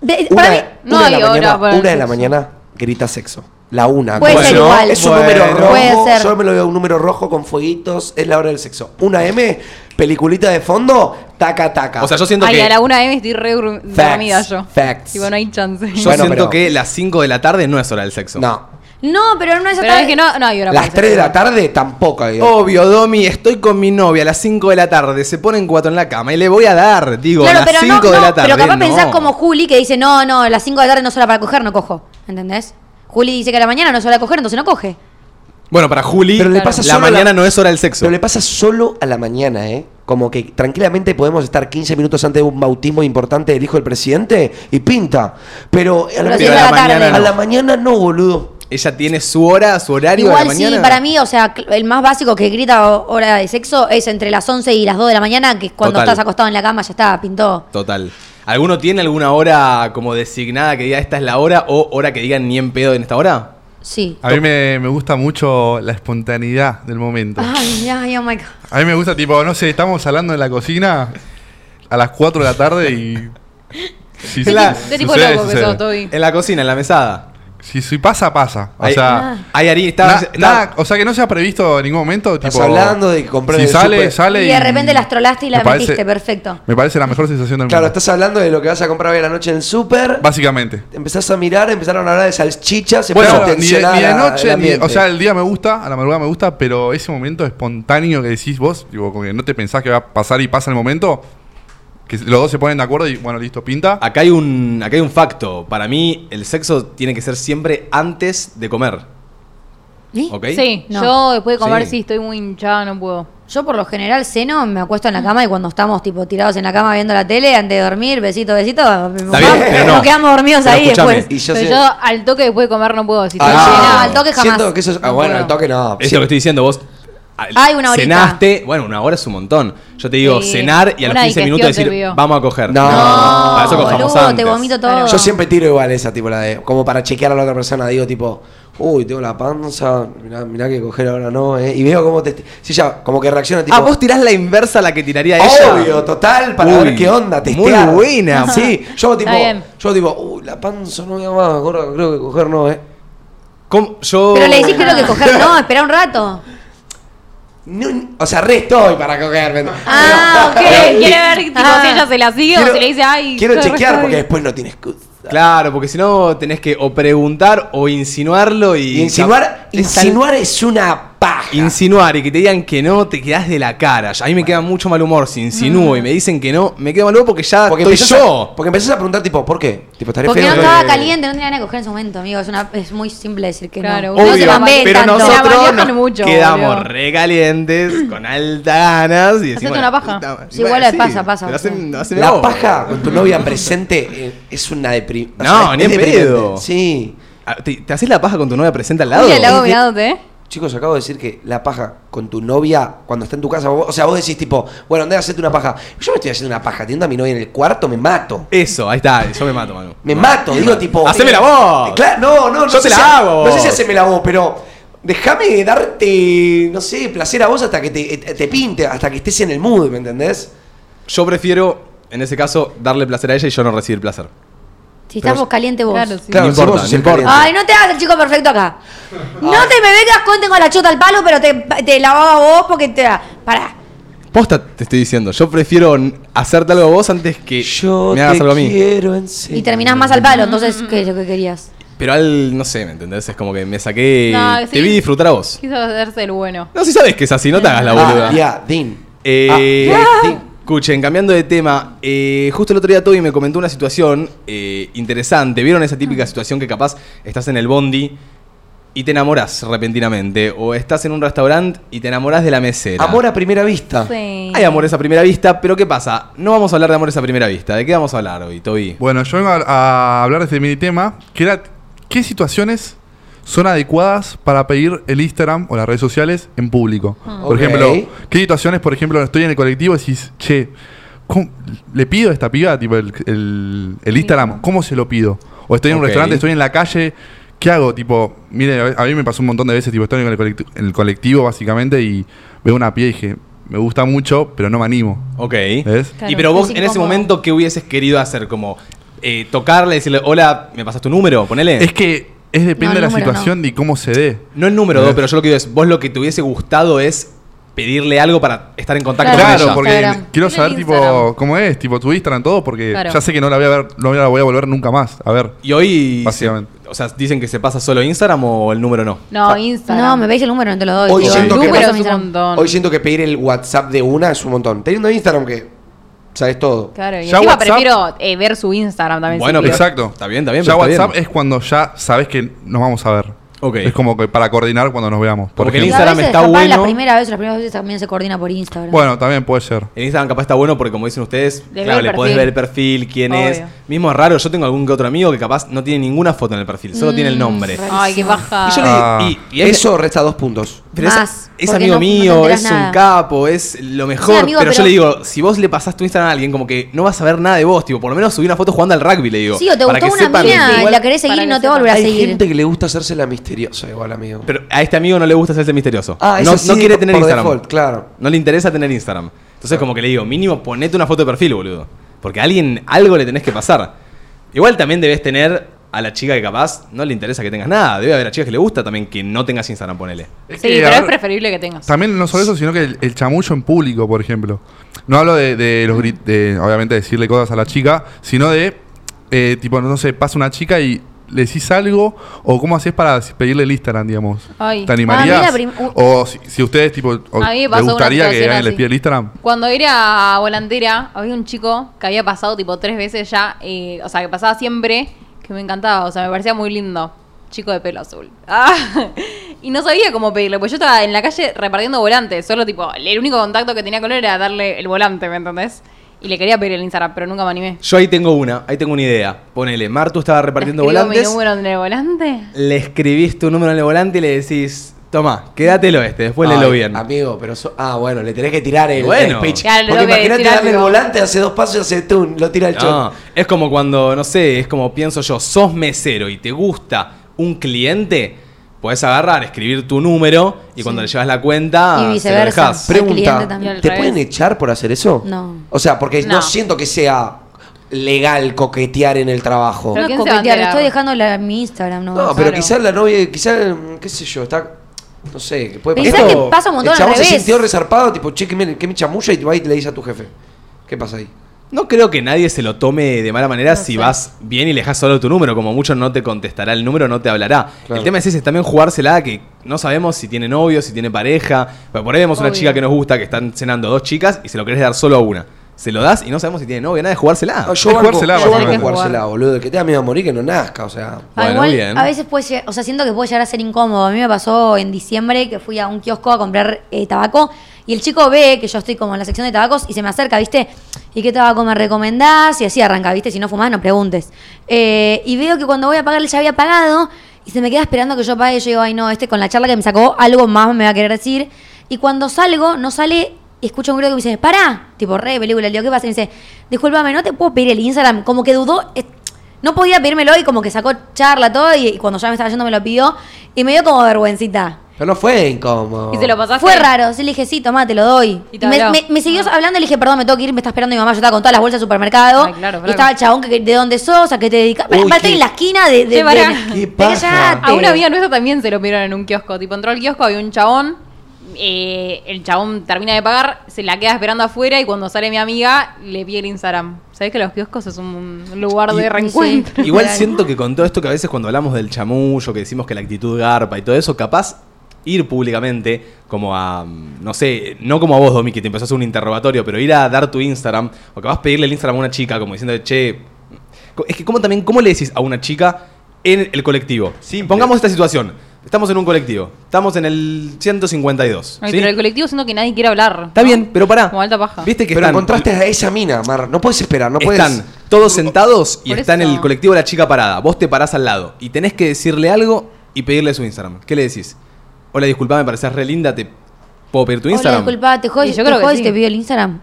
De-
Una,
para mí,
no
una de
hay
la
hora
mañana,
para el
una de la
sexo.
mañana grita sexo. La una.
Puede
como
ser
que no,
igual.
Es un
Bueno.
número rojo.
Puede ser.
Yo me lo veo un número rojo con fueguitos. Es la hora del sexo. Una M, peliculita de fondo, taca, taca.
O sea, yo siento
Ay,
que...
a la 1 M estoy re dur-
Facts,
dormida yo.
facts.
Tipo, no hay chance.
Yo
Bueno,
siento
pero-
que las 5 de la tarde no es hora del sexo.
No.
no, pero no es
Pero es que no, no hay hora para el
Las 3 de la
sexo.
tarde tampoco. hay-
Obvio, Domi, estoy con mi novia a las 5 de la tarde, se ponen cuatro en la cama y le voy a dar, digo,
Claro,
a las
pero
5
no,
de
no,
la tarde.
pero capaz
no.
pensás como Juli que dice, no, no, a las 5 de la tarde no es hora para coger, no cojo. ¿Entendés? Juli dice que a la mañana no es hora de coger, entonces no coge.
Bueno, para Juli,
Pero le pasa
la
solo a la-
mañana no es hora del sexo.
Pero le pasa solo a la mañana, ¿eh? Como que tranquilamente podemos estar 15 minutos antes de un bautismo importante del hijo del presidente y pinta. Pero a la,
Pero si es
a la
mañana,
mañana
tarde.
no.
a la mañana no, boludo.
Ella tiene su hora, su horario de
Igual
Ah, la
sí,
mañana.
para mí, o sea, cl- el más básico que grita o- hora de sexo es entre las 11 y las 2 de la mañana, que es cuando
Total.
estás acostado en la cama, ya está, pintó.
Total. ¿Alguno tiene alguna hora como designada que diga esta es la hora o hora que digan ni en pedo en esta hora?
Sí.
Ah,
A mí me, me gusta mucho la espontaneidad del momento.
Ah.
Ay, ay, oh my God.
A mí me gusta, tipo, no sé, estamos hablando en la cocina a las 4 de la tarde y. Si,
Qué
la-
ti- qué tipo
sucede,
loco que
sucede.
sos, Toby.
En la cocina, en la mesada.
Si, si pasa, pasa. O
Ahí-
ah.
Ah.
sea.
Ahí Ari está.
na-
está-
nada, o sea que no se ha previsto en ningún momento.
Estás
Tipo,
hablando de que compré en
Si
el
sale,
súper.
sale.
Y de repente las trolaste y la
me parece-
metiste, perfecto.
Me parece la mejor sensación del
Claro,
mundo.
estás hablando de lo que vas a comprar hoy a la noche en el súper.
Básicamente.
Empezás a mirar, empezaron a hablar de salchichas, empezaron
Bueno,
a
ni de,
tensionar
ni de
a-
noche,
el
ni,
ambiente.
o sea, el día me gusta, a la madrugada me gusta, pero ese momento espontáneo que decís vos, digo, como que no te pensás que va a pasar y pasa el momento, que los dos se ponen de acuerdo y bueno, listo, pinta.
Acá hay un. Acá hay un facto. Para mí, el sexo tiene que ser siempre antes de comer.
¿Eh?
¿Ok?
Sí,
No.
yo después de comer
Sí.
sí estoy muy hinchada, no puedo.
Yo por lo general ceno, me acuesto en la cama y cuando estamos tipo tirados en la cama viendo la tele, antes de dormir, besito, besito,
Está bien, pero no.
nos quedamos dormidos
Pero
ahí
escuchame,
después.
y yo,
Pero
sé-
yo al toque después de comer no puedo. Si estoy
Ah,
no,
llena,
al toque jamás.
Siento que eso es- ah,
No
bueno,
puedo.
al toque no.
Es
Sí.
lo que estoy diciendo, vos.
Hay una horita.
Cenaste, bueno, una hora es un montón. Yo te digo,
Sí.
cenar y a los
Una
15 minutos
digestión
decir,
te pidió.
vamos a coger.
No.
No,
Para Ah, eso cojamos
boludo, te
antes.
vomito todo.
Claro.
Yo siempre tiro igual esa, tipo la de. Como para chequear a la otra persona, digo, tipo, uy, tengo la panza, mirá, mirá que coger ahora no, eh. Y veo cómo te. Sí, ya, como que reacciona tipo.
Ah, vos tirás la inversa a la que tiraría ella.
Obvio, total, para
Uy,
ver qué onda,
muy
testear.
buena.
Sí, yo tipo,
Está bien.
yo tipo, uy, la panza no voy a más, gorda, creo que coger no, eh.
¿Cómo? Yo...
Pero le decís creo que coger no, espera un rato.
No, n- o sea, re estoy para coger. ¿me ent-
Ah, ok.
Quiere quiere ver tipo,
Ah.
si ella se la sigue o
Quiero-
si le dice, ay.
Quiero
yo
chequear
estoy".
porque después no tienes excusa.
Claro, porque si no tenés que o preguntar o insinuarlo y...
Y insinuar,
Te sal-
insinuar es una paja.
Insinuar y que te digan que no, te quedás de la cara. A mí me queda mucho mal humor si insinúo
Mm.
y me dicen que no, me quedo mal humor porque ya estoy
empezás a-
yo.
porque empezás a preguntar, tipo, ¿por qué? Tipo, estaré
Porque
feo.
no
¿no?
estaba caliente, no tenía nada que coger en su momento, amigo. Es, una, es muy simple decir que
Claro,
no.
uno
no
se la
bambeen
pero
tanto.
Se la
nosotros nos
manejan mucho,
quedamos
boludo.
recalientes, con altas ganas. Y
Hacete
decimos,
una
"La
paja".
puta madre".
Sí, igual
Bueno,
la pasa, pasa,
pero hacen-
sí.
hacen
La
vos.
paja con tu novia presente eh, es una depresión.
No, ni en pedo.
Sí.
Ah, ¿Te, te haces la paja con tu novia presente al lado?
Uy, al lado
Es de-
mirándote, ¿eh?
Chicos, acabo de decir que la paja con tu novia cuando está en tu casa, vos- o sea, vos decís tipo, bueno, andá a hacerte una paja. Yo me estoy haciendo una paja, teniendo a mi novia en el cuarto, me mato.
Eso, ahí está, yo me mato, Manu.
Me mato, digo tipo.
¡Hacémela
eh,
vos!
Claro, no, no, no.
Yo
sé
te la
si-
hago.
No sé si hacémela vos, pero. Déjame darte, no sé, placer a vos hasta que te, eh, te pinte, hasta que estés en el mood, ¿me entendés?
Yo prefiero, en ese caso, darle placer a ella y yo no recibir placer.
Si estás vos caliente, vos.
Claro, sí.
No
si vos
importa,
sos
no
el
importa.
caliente.
Ay, no te hagas el chico perfecto acá. No te me vengas con tengo la chota al palo, pero te, te lavaba vos porque te. Pará.
Posta, te estoy diciendo, yo prefiero n- hacerte algo a vos antes que me hagas algo a mí.
quiero enseñar.
Y terminás más al
Mm,
palo, entonces, ¿qué es lo que querías?
Pero al, no sé, ¿me entendés? Es como que me saqué.
No,
te
sí.
vi disfrutar a vos.
Quiso hacerse el bueno.
No, si sabes que es así, no te hagas la boluda.
Ah, ya, Dean.
Eh,
Ah, sí.
Escuchen, cambiando de tema, eh, justo el otro día Toby me comentó una situación eh, interesante. ¿Vieron esa
Ah.
típica situación que capaz estás en el bondi y te enamorás repentinamente? O estás en un restaurante y te enamorás de la mesera.
Amor a primera vista.
Sí.
Hay amores a primera vista, pero ¿qué pasa? No vamos a hablar de amores a primera vista. ¿De qué vamos a hablar hoy, Toby?
Bueno, yo vengo a, a hablar de este mini tema, que era qué situaciones son adecuadas para pedir el Instagram o las redes sociales en público. Por
Ok.
ejemplo, qué situaciones, por ejemplo, estoy en el colectivo y decís, che, ¿cómo- le pido a esta piba tipo, el, el- el Instagram, ¿cómo se lo pido? O estoy en un
Ok.
restaurante, estoy en la calle, ¿qué hago? Tipo, mire, a- a mí me pasó un montón de veces, tipo, estoy en el, colectivo, en el colectivo básicamente y veo una piba y dije, me gusta mucho, pero no me animo.
Ok.
¿Ves?
Claro,
y pero
es
vos en ese
incómodo.
momento, ¿qué hubieses querido hacer? Como eh, tocarle, decirle, hola, ¿me pasas tu número? Ponele.
Es que es depende
No,
de la
número
situación y cómo se dé.
No el número
Eh.
2, pero yo lo que digo es, vos lo que te hubiese gustado es pedirle algo para estar en contacto
Claro.
con
Claro,
ella.
porque
Instagram.
quiero
Tiene
saber
Instagram.
tipo cómo es, tipo tu Instagram todo, porque
Claro.
ya sé que no la voy a ver, no la voy a volver nunca más. A ver.
Y hoy,
Básicamente.
se- o sea, dicen que se pasa solo Instagram o el número no.
No, Instagram.
No, me veis el número, no te lo doy.
Hoy
Digo,
siento
el
que-
número
Número
es mi
es un
Instagram.
montón.
Hoy siento que pedir el WhatsApp de una es un montón. Teniendo Instagram que sabes todo.
Claro, y
Ya
encima
WhatsApp-
prefiero eh, ver su Instagram también.
Bueno,
si
pero-
quiero.
Exacto.
está bien, está bien,
Ya
pero está
WhatsApp
bien.
es cuando ya sabes que nos vamos a ver.
Ok.
Es como que para coordinar cuando nos veamos. Por
Como que el
Y
ejemplo.
a
Instagram
veces,
está
capaz,
bueno.
La primera vez, las primeras veces también se coordina por Instagram.
Bueno, también puede ser.
El Instagram capaz está bueno porque como dicen ustedes,
Le
claro,
ve el
le podés
perfil.
ver el perfil, quién es.
Obvio.
Mismo es raro, yo tengo algún que otro amigo que capaz no tiene ninguna foto en el perfil, solo
Mm,
tiene el nombre.
raro.
Ay, qué baja.
Y yo le
Ah.
digo, y, y es-
Eso resta dos puntos.
pero es-
Más,
es,
porque
amigo
no- no te
mío,
enterás
es
nada.
un capo, es lo mejor.
amigo,
pero, yo
pero-
le digo, si vos le pasás tu Instagram a alguien, como que no vas a ver nada de vos, tipo, por lo menos subí una foto jugando al rugby, le digo.
Sí, o te
para
gustó
que
una
sepan-
mina y
igual
la querés
para
seguir y
que
no te va a
sepan.
volver a
Hay
seguir.
gente que le gusta hacerse la misteriosa igual, amigo.
Pero a este amigo no le gusta hacerse misterioso.
Ah,
no,
eso sí,
no quiere
por-
tener
por
Instagram.
default, claro.
No le interesa tener Instagram. Entonces, como que le digo, mínimo ponete una foto de perfil, boludo. Porque a alguien algo le tenés que pasar. Igual también debes tener a la chica que capaz no le interesa que tengas nada. Debe haber a chicas que le gusta también que no tengas Instagram, ponele.
Es
Sí,
que, a
pero es
ver,
preferible que tengas.
También no solo eso, sino que el, el chamullo en público, por ejemplo. No hablo de, de los grit- de, obviamente decirle cosas a la chica, sino de eh, tipo, no sé, pasa una chica y le decís algo o cómo haces para pedirle el Instagram, digamos.
Ay.
¿Te
Ah,
animarías?
mira, prim- u-
o si, si ustedes tipo o
A mí me
les
pasó una
gustaría que
situación
alguien les
así.
pida el Instagram.
Cuando era volantera, había un chico que había pasado tipo tres veces ya, eh, o sea, que pasaba siempre, que me encantaba, o sea, me parecía muy lindo. Chico de pelo azul. Ah, y no sabía cómo pedirle, pues yo estaba en la calle repartiendo volantes, solo tipo, el único contacto que tenía con él era darle el volante, ¿me entendés? Y le quería pedir el Instagram, pero nunca me animé.
Yo ahí tengo una, ahí tengo una idea. Ponele, Martu estaba repartiendo
Le escribo
volantes.
mi número en el volante?
Le escribiste un número en el volante y le decís, toma, quédatelo este, después
Ay,
léelo bien.
Amigo, pero so- ah, bueno, le tenés que tirar el,
Bueno.
el speech.
Claro, le tengo
Porque
que
imagínate
tirar
darle el
algo.
volante, hace dos pasos y hace tú, lo tira el
No,
chon.
es como cuando, no sé, es como pienso yo, sos mesero y te gusta un cliente, podés agarrar, escribir tu número y cuando le llevas la cuenta,
Y
se lo
viceversa.
dejás.
Al cliente
Pregunta,
también.
Y al
¿te
revés.
pueden echar por hacer eso?
No.
O sea, porque no,
No.
siento que sea legal coquetear en el trabajo.
Pero
No
¿quién
es
se
coquetear,
bandera?
estoy dejando la- mi Instagram, no.
No,
Gonzalo.
pero quizás la novia, quizás, mm, qué sé yo, está... No sé, que puede
Pensá
pasar.
que pasa un
El
montón al
chabón se
revés.
sintió resarpado, tipo, che, que me, que me chamulla y va y le dice a tu jefe. ¿Qué pasa ahí?
No creo que nadie se lo tome de mala manera si
sé.
vas bien y le dejas solo tu número. Como mucho no te contestará el número, no te hablará.
Claro.
El tema es ese, es también jugársela que no sabemos si tiene novio, si tiene pareja. Pero por ahí vemos una
Obvio.
chica que nos gusta, que están cenando dos chicas y se lo querés dar solo a una. Se lo das y no sabemos si tiene novio, nada de Ah, jugársela.
No, yo
Es
banco,
jugársela,
yo banco
básicamente.
jugársela, boludo. Que te da miedo a morir, que no nazca, o sea...
Ah,
Bueno,
igual,
bien.
a veces puede llegar, o sea, siento que puede llegar a ser incómodo. A mí me pasó en diciembre que fui a un kiosco a comprar eh, tabaco y el chico ve que yo estoy como en la sección de tabacos y se me acerca, ¿viste? ¿Y qué tabaco me recomendás? Y así arranca, ¿viste? Si no fumás, no preguntes. Eh, y veo que cuando voy a pagarle ya había pagado y se me queda esperando que yo pague. Yo digo, ay, no, este con la charla que me sacó algo más me va a querer decir. Y cuando salgo, no sale y escucho un grito que me dice, pará, tipo, re película, le digo, ¿qué pasa? Y me dice, discúlpame, no te puedo pedir el Instagram. Como que dudó. eh, no podía pedírmelo y como que sacó charla todo y, y cuando ya me estaba yendo me lo pidió y me dio como vergüencita.
Pero no fue incómodo.
¿Y se lo pasaste?
Fue raro, sí le dije, sí, tomá, te lo doy.
Y te
me,
habló. Ah.
me- me siguió hablando y le dije, perdón, me tengo que ir, me está esperando mi mamá, yo estaba con todas las bolsas del supermercado.
Ay, claro,
y
claro.
estaba el chabón que, de dónde sos, a qué te dedicas.
Uy,
Aparte
qué-
en la esquina de... de,
Qué
de-
bará.
de-
Qué
de-
paja.
callate.
A
Eh.
una amiga nuestra también se lo pidieron en un kiosco. Tipo, entró al kiosco, había un chabón. eh, el chabón termina de pagar, se la queda esperando afuera y cuando sale mi amiga, le pide el Instagram. ¿Sabés que los kioscos es un lugar
Y-
de reencuentro?
Igual siento que con todo esto que a veces cuando hablamos del chamullo, que decimos que la actitud garpa y todo eso, capaz ir públicamente, como a, mm, no sé, no como a vos, Domi, que te empezó a hacer un interrogatorio, pero ir a dar tu Instagram, o capaz pedirle el Instagram a una chica, como diciendo, che, co- es que como también, ¿cómo le decís a una chica en el colectivo?
Simple.
Pongamos esta situación, estamos en un colectivo, estamos en el 152.
Ay,
¿sí?
Pero el colectivo siento que nadie quiere hablar.
Está
¿no?
bien, pero pará.
Como alta paja.
Viste que
Pero
están-
encontraste a esa mina, Mar. No puedes esperar, no puedes...
están todos sentados y
Por
está en
eso.
el colectivo la chica parada. Vos te parás al lado y tenés que decirle algo y pedirle su Instagram. ¿Qué le decís? Hola, disculpame, me pareces re linda, ¿te puedo pedir tu
Hola,
Instagram?
disculpa, te
Y
jodes,
yo
te
creo que
jodes,
sí.
te pidió el Instagram.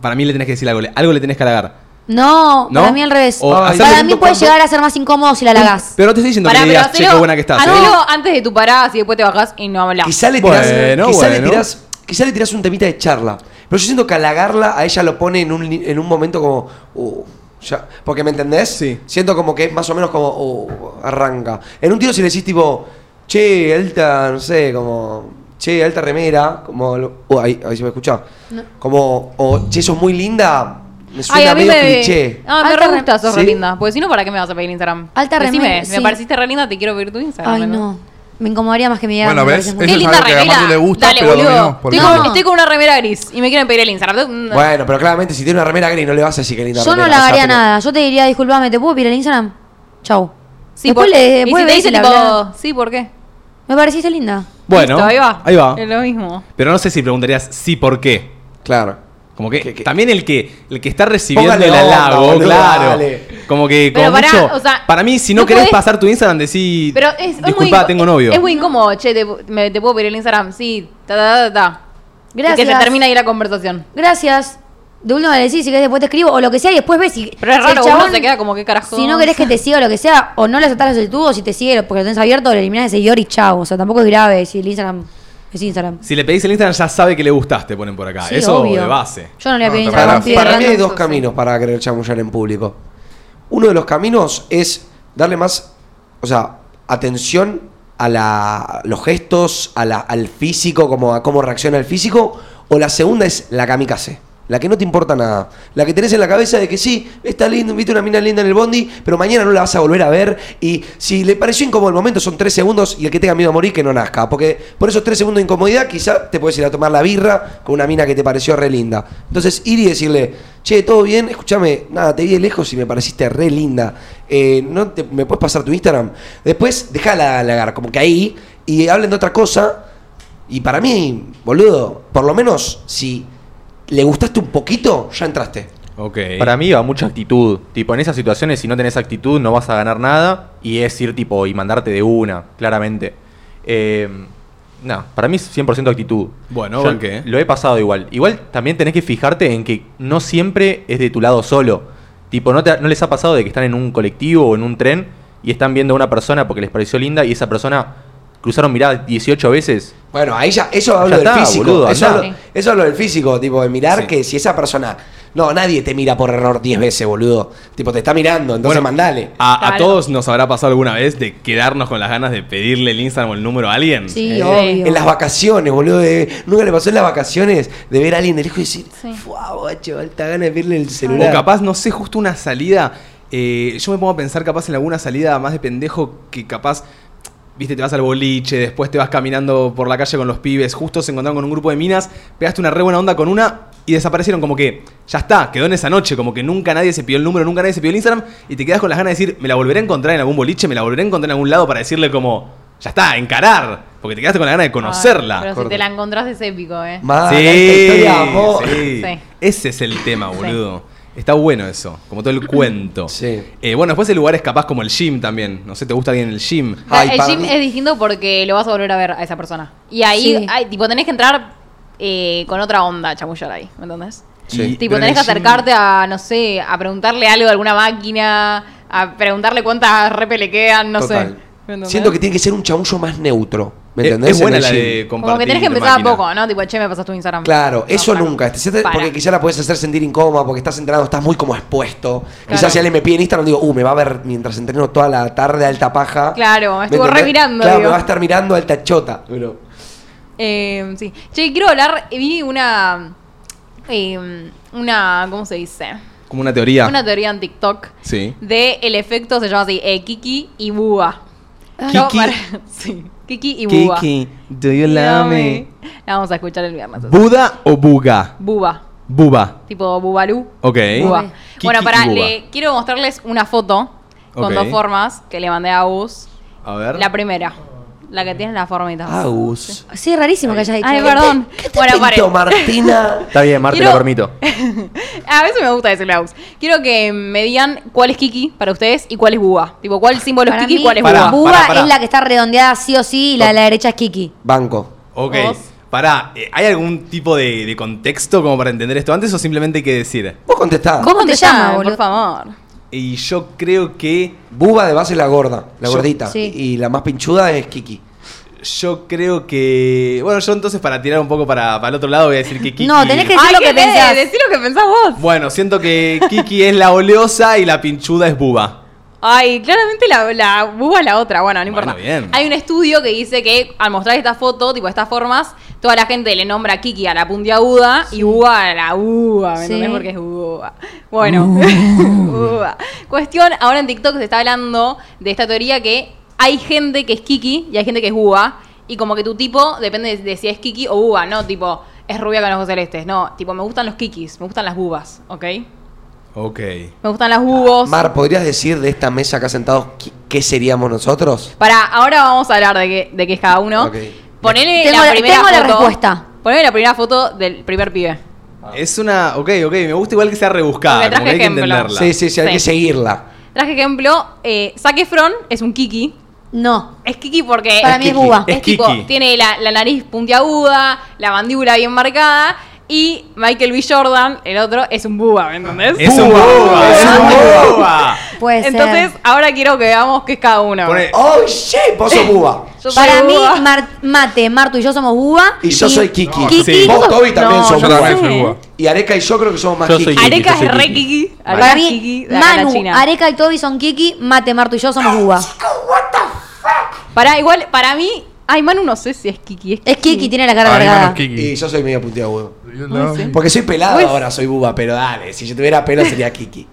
Para mí le tenés que decir algo, le- algo le tenés que halagar.
No,
¿No?
para mí al revés.
O
Ay,
para
hacerle-
mí puede llegar a ser más incómodo si la halagás.
Pero no te estoy diciendo
Pará,
que le
pero
digas, che, qué
hacelo,
buena que estás. ¿eh?".
hacelo antes de tu parada y después te bajás y no hablas.
Quizá le tirás,
Bueno,
quizá le
bueno.
tirás, quizá le tirás un temita de charla. Pero yo siento que halagarla a ella lo pone en un, li- en un momento como. uh, ya. Porque me entendés?
Sí.
Siento como que más o menos como. uh, arranca. En un tiro si le decís tipo. Che, alta, no sé, como. Che, alta remera. Como. lo- uh, ahí, ahí se me escucha. Como. O, che, sos muy linda. Me suena
Ay, a mí
medio
me.
cliché.
No, me
Alta
re
re-
gusta, sos re
¿Sí?
linda. Porque si no, ¿para qué me vas a pedir Instagram?
Alta
Decime,
remera,
me
sí.
pareciste re linda, te quiero pedir tu Instagram.
Ay, no. Me incomodaría más que me digan.
Bueno,
me
¿ves?
pareces
Eso
muy-
Qué
es
linda
algo que a
remera.
Martu le gusta,
Dale,
pero a Domi
boludo.
no, por
Estoy con-
ejemplo.
estoy con una remera gris y me quieren pedir el Instagram.
Bueno, pero claramente si tiene una remera gris no le vas a decir que linda
Yo no
remera, o sea,
halagaría
pero-
nada. Yo te diría, disculpame, ¿te puedo pedir el Instagram? Chau.
Sí,
después
por-
le,
y
después
si te
ves y
dice
le
tipo,
hablás.
Sí, ¿por qué?
Me pareciste linda.
Bueno,
Listo, ahí va.
Ahí va.
Es lo mismo.
Pero no sé si preguntarías sí por qué.
Claro.
Como que,
Que- que-
también el que el que está recibiendo
Póngale
el
onda,
halago,
boludo,
claro.
dale.
Como que
Pero
como
pará,
mucho-
o sea,
para mí si no,
no
querés
podés-
pasar tu Instagram decís
Pero es, es muy
disculpa,
inco-
tengo novio.
Es muy incómodo, che, te, me- te puedo pedir el Instagram. Sí, ta, ta, ta, ta.
Gracias.
Y que se termina ahí la conversación.
Gracias. De última le decís si querés después te escribo o lo que sea y después ves si.
Pero es
si
raro,
el
uno
chabón-
se queda como, ¿qué carajo?
Si no querés que te siga o lo que sea, o no le aceptás los solicitud o si te sigue porque lo tenés abierto, le eliminás el seguidor y chau. O sea, tampoco es grave si el Instagram es Instagram.
Si le pedís el Instagram ya sabe que le gustaste, ponen por acá.
Sí,
Ah, Eso
obvio.
de base.
Yo no le voy a
No,
pedir
tampoco.
Para,
Instagram. estoy
para mí
hablando.
hay
hablando
dos
de eso,
caminos para querer chamullar en público. Uno de los caminos es darle más, o sea, atención a la- los gestos, a la- al físico, como a cómo reacciona el físico. O la segunda es la kamikaze, la que no te importa nada. La que tenés en la cabeza de que sí, está lindo, viste una mina linda en el bondi, pero mañana no la vas a volver a ver. Y si le pareció incómodo el momento, son tres segundos y el que tenga miedo a morir que no nazca. Porque por esos tres segundos de incomodidad, quizá te puedes ir a tomar la birra con una mina que te pareció re linda. Entonces ir y decirle, che, todo bien, escúchame, nada, te vi de lejos y me pareciste re linda. Eh, ¿no te- ¿Me puedes pasar tu Instagram? Después, déjala halagar, como que ahí, y hablen de otra cosa. Y para mí, boludo, por lo menos si le gustaste un poquito, ya entraste.
Ok.
Para mí va mucha actitud. Tipo, en esas situaciones, si no tenés actitud, no vas a ganar nada. Y es ir, tipo, y mandarte de una, claramente. Eh, no, para mí es 100% actitud.
Bueno,
Yo
banqué.
Lo he pasado igual. Igual también tenés que fijarte en que no siempre es de tu lado solo. Tipo, ¿no, te- no les ha pasado de que están en un colectivo o en un tren y están viendo a una persona porque les pareció linda y esa persona cruzaron mirada 18 veces.
Bueno, ahí ya, eso hablo
Ya
del
está,
físico.
boludo,
eso,
andá.
hablo, eso hablo del físico, tipo, de mirar
Sí.
que si esa persona. No, nadie te mira por error 10 veces, boludo. Tipo, te está mirando, entonces
Bueno, eh,
mandale.
A, a
Claro.
todos nos habrá pasado alguna vez de quedarnos con las ganas de pedirle el Instagram o el número a alguien.
Sí,
Eh,
obvio.
En las vacaciones, boludo. de- nunca le pasó en las vacaciones de ver a alguien del hijo y decir,
Sí.
¡Wow, guacho! Alta gana de verle el celular.
O capaz, no sé, justo una salida. eh, yo me pongo a pensar capaz en alguna salida más de pendejo que capaz, viste, te vas al boliche, después te vas caminando por la calle con los pibes, justo se encontraron con un grupo de minas, pegaste una re buena onda con una y desaparecieron como que ya está, quedó en esa noche, como que nunca nadie se pidió el número, nunca nadie se pidió el Instagram y te quedas con las ganas de decir, me la volveré a encontrar en algún boliche, me la volveré a encontrar en algún lado para decirle como, ya está, encarar, porque te quedaste con la ganas de conocerla.
Ay, pero si te la encontrás es épico, ¿eh?
Mal,
Sí,
alta Ah, historia, amor.
sí.
Sí.
Ese es el tema, boludo. Está bueno eso, como todo el cuento.
Sí.
Eh, bueno, después el lugar es capaz como el gym también. No sé, ¿te gusta bien el gym?
O sea,
Ay,
el
para
gym
mí-
es distinto porque lo vas a volver a ver a esa persona. Y ahí,
Sí.
ay, tipo, tenés que entrar eh, con otra onda a chamullar ahí, ¿me entendés?
Sí.
Y-
Tipo,
pero en
tenés que
el gym-
acercarte a, no sé, a preguntarle algo a alguna máquina, a preguntarle cuántas repes le quedan, no
Total.
sé. ¿Me entendés?
Siento que tiene que ser un chamuyo más neutro. ¿Me
Eh,
entendés?
Es buena
En el
la
gym.
de compartir.
Como que tenés que empezar
máquina.
a poco, ¿no? Tipo, che, me pasas tu Instagram.
Claro,
No,
eso
para.
nunca. Te sientes-
Para.
Porque quizá la puedes hacer sentir incómoda, porque estás entrenando, estás muy como expuesto.
Claro.
Quizás si alguien me pide en Instagram, digo, uh, me va a ver mientras entreno toda la tarde alta paja.
Claro, me estuvo
entendés?
re mirando,
Claro,
digo.
me va a estar mirando alta chota. Pero,
Eh, sí. Che, quiero hablar. Vi una. eh, una. ¿Cómo se dice?
Como una teoría.
Una teoría en TikTok.
Sí.
De el efecto, se llama así, eh, Kiki y Búa.
Ah.
Yo
Kiki.
sí, Kiki y Búa.
do you
La vamos a escuchar el viernes. así.
¿Buda o Buga?
Buba.
Buba.
Tipo Bubalú.
Ok.
Buba. Bueno,
Ok.
¿Eh? Kiki
para,
y Buba.
le quiero mostrarles una foto con
Ok.
dos formas que le mandé a Agus.
A ver.
La primera, la que tiene la formita.
Agus.
Sí, es rarísimo que hayas dicho.
Ay, perdón. Bueno, pare.
Pinto Martina.
Está bien, Marte,
Quiero-
lo permito.
A veces me gusta decirle a Agus. Quiero que me digan cuál es Kiki para ustedes y cuál es Buba. Tipo, cuál símbolo es
Para
Kiki
mí,
y cuál es
Pará,
Buba.
Buba
pará, pará.
es la que está redondeada sí o sí y la de la derecha es Kiki.
Banco.
Ok.
Vos.
Pará, eh, ¿hay algún tipo de, de contexto como para entender esto antes o simplemente hay que decir?
Vos contestá.
¿Cómo te llama,
llaman, Por
boludo?
favor.
Y yo creo que.
Buba de base es la gorda, la
Yo-
gordita.
sí.
Y la más pinchuda es Kiki.
Yo creo que. Bueno, yo entonces para tirar un poco para, para el otro lado voy a decir que Kiki.
No, tenés que- Decí
Ay,
lo
qué
que
fe,
pensás.
Decí lo que pensás vos.
Bueno, siento que Kiki es la oleosa y la pinchuda es buba.
Ay, claramente la, la buba es la otra. Bueno, no importa.
Bueno, bien.
Hay un estudio que dice que al mostrar esta foto, tipo estas formas, toda la gente le nombra a Kiki a la puntiaguda y buba a la uva. ¿Me
Sí.
entendés? Porque es buba. Bueno, buba. Cuestión, ahora en TikTok se está hablando de esta teoría que hay gente que es Kiki y hay gente que es buba. Y como que tu tipo depende de, de si es Kiki o buba, ¿no? Tipo, es rubia con ojos celestes. No, tipo, me gustan los Kikis, me gustan las bubas, ¿ok?
Ok.
Me gustan las bubos.
Mar, ¿podrías decir de esta mesa acá sentados qui- qué seríamos nosotros?
Para, ahora vamos a hablar de qué, de qué es cada uno.
Ok.
Ponele
Tengo
la
la-
primera
tengo la
foto.
respuesta.
Ponele la primera foto del primer pibe.
Ah.
Es una. Ok, ok, me gusta igual que sea
Porque
rebuscada, como
traje
que hay que
ejemplo.
entenderla.
Sí, sí, sí, hay
Sí.
que seguirla.
Traje ejemplo, eh, Zac Efron es un Kiki.
No.
Es Kiki porque
Para mí es Bubba.
Es,
Es
tipo,
Kiki.
tiene la, la nariz puntiaguda, la mandíbula bien marcada y Michael B. Jordan, el otro, es un Bubba, ¿me entendés?
Es un buba, es un buba.
Puede ser.
Entonces, ahora quiero que veamos qué es cada uno.
Pone-
¡Oh, shit! Vos sos Buba.
Yo soy
Para mí,
Bubba.
Mar- Mate, Martu y yo somos Buba.
Y yo soy Kiki.
Kiki.
sí.
Vos, Toby, también
No,
sos
Yo
yo
Buba.
también soy Buba.
Y Areca y yo creo que somos más
Yo
Kiki.
soy Kiki.
Areca
yo soy
es re
Kiki.
Kiki. Areca
Para
es
mí,
Kiki de acá a la
Manu,
China.
Areca y Toby son Kiki, Mate, Martu y yo somos Buba.
Para igual, para mí, ay Manu no sé si es Kiki. Es Kiki,
Es Kiki, tiene la cara
Para mí
cargada.
menos Kiki.
Y yo soy medio puntiagudo.
You love me.
Porque soy pelado
Pues-
ahora, soy Buba, pero dale, si yo tuviera pelo sería Kiki.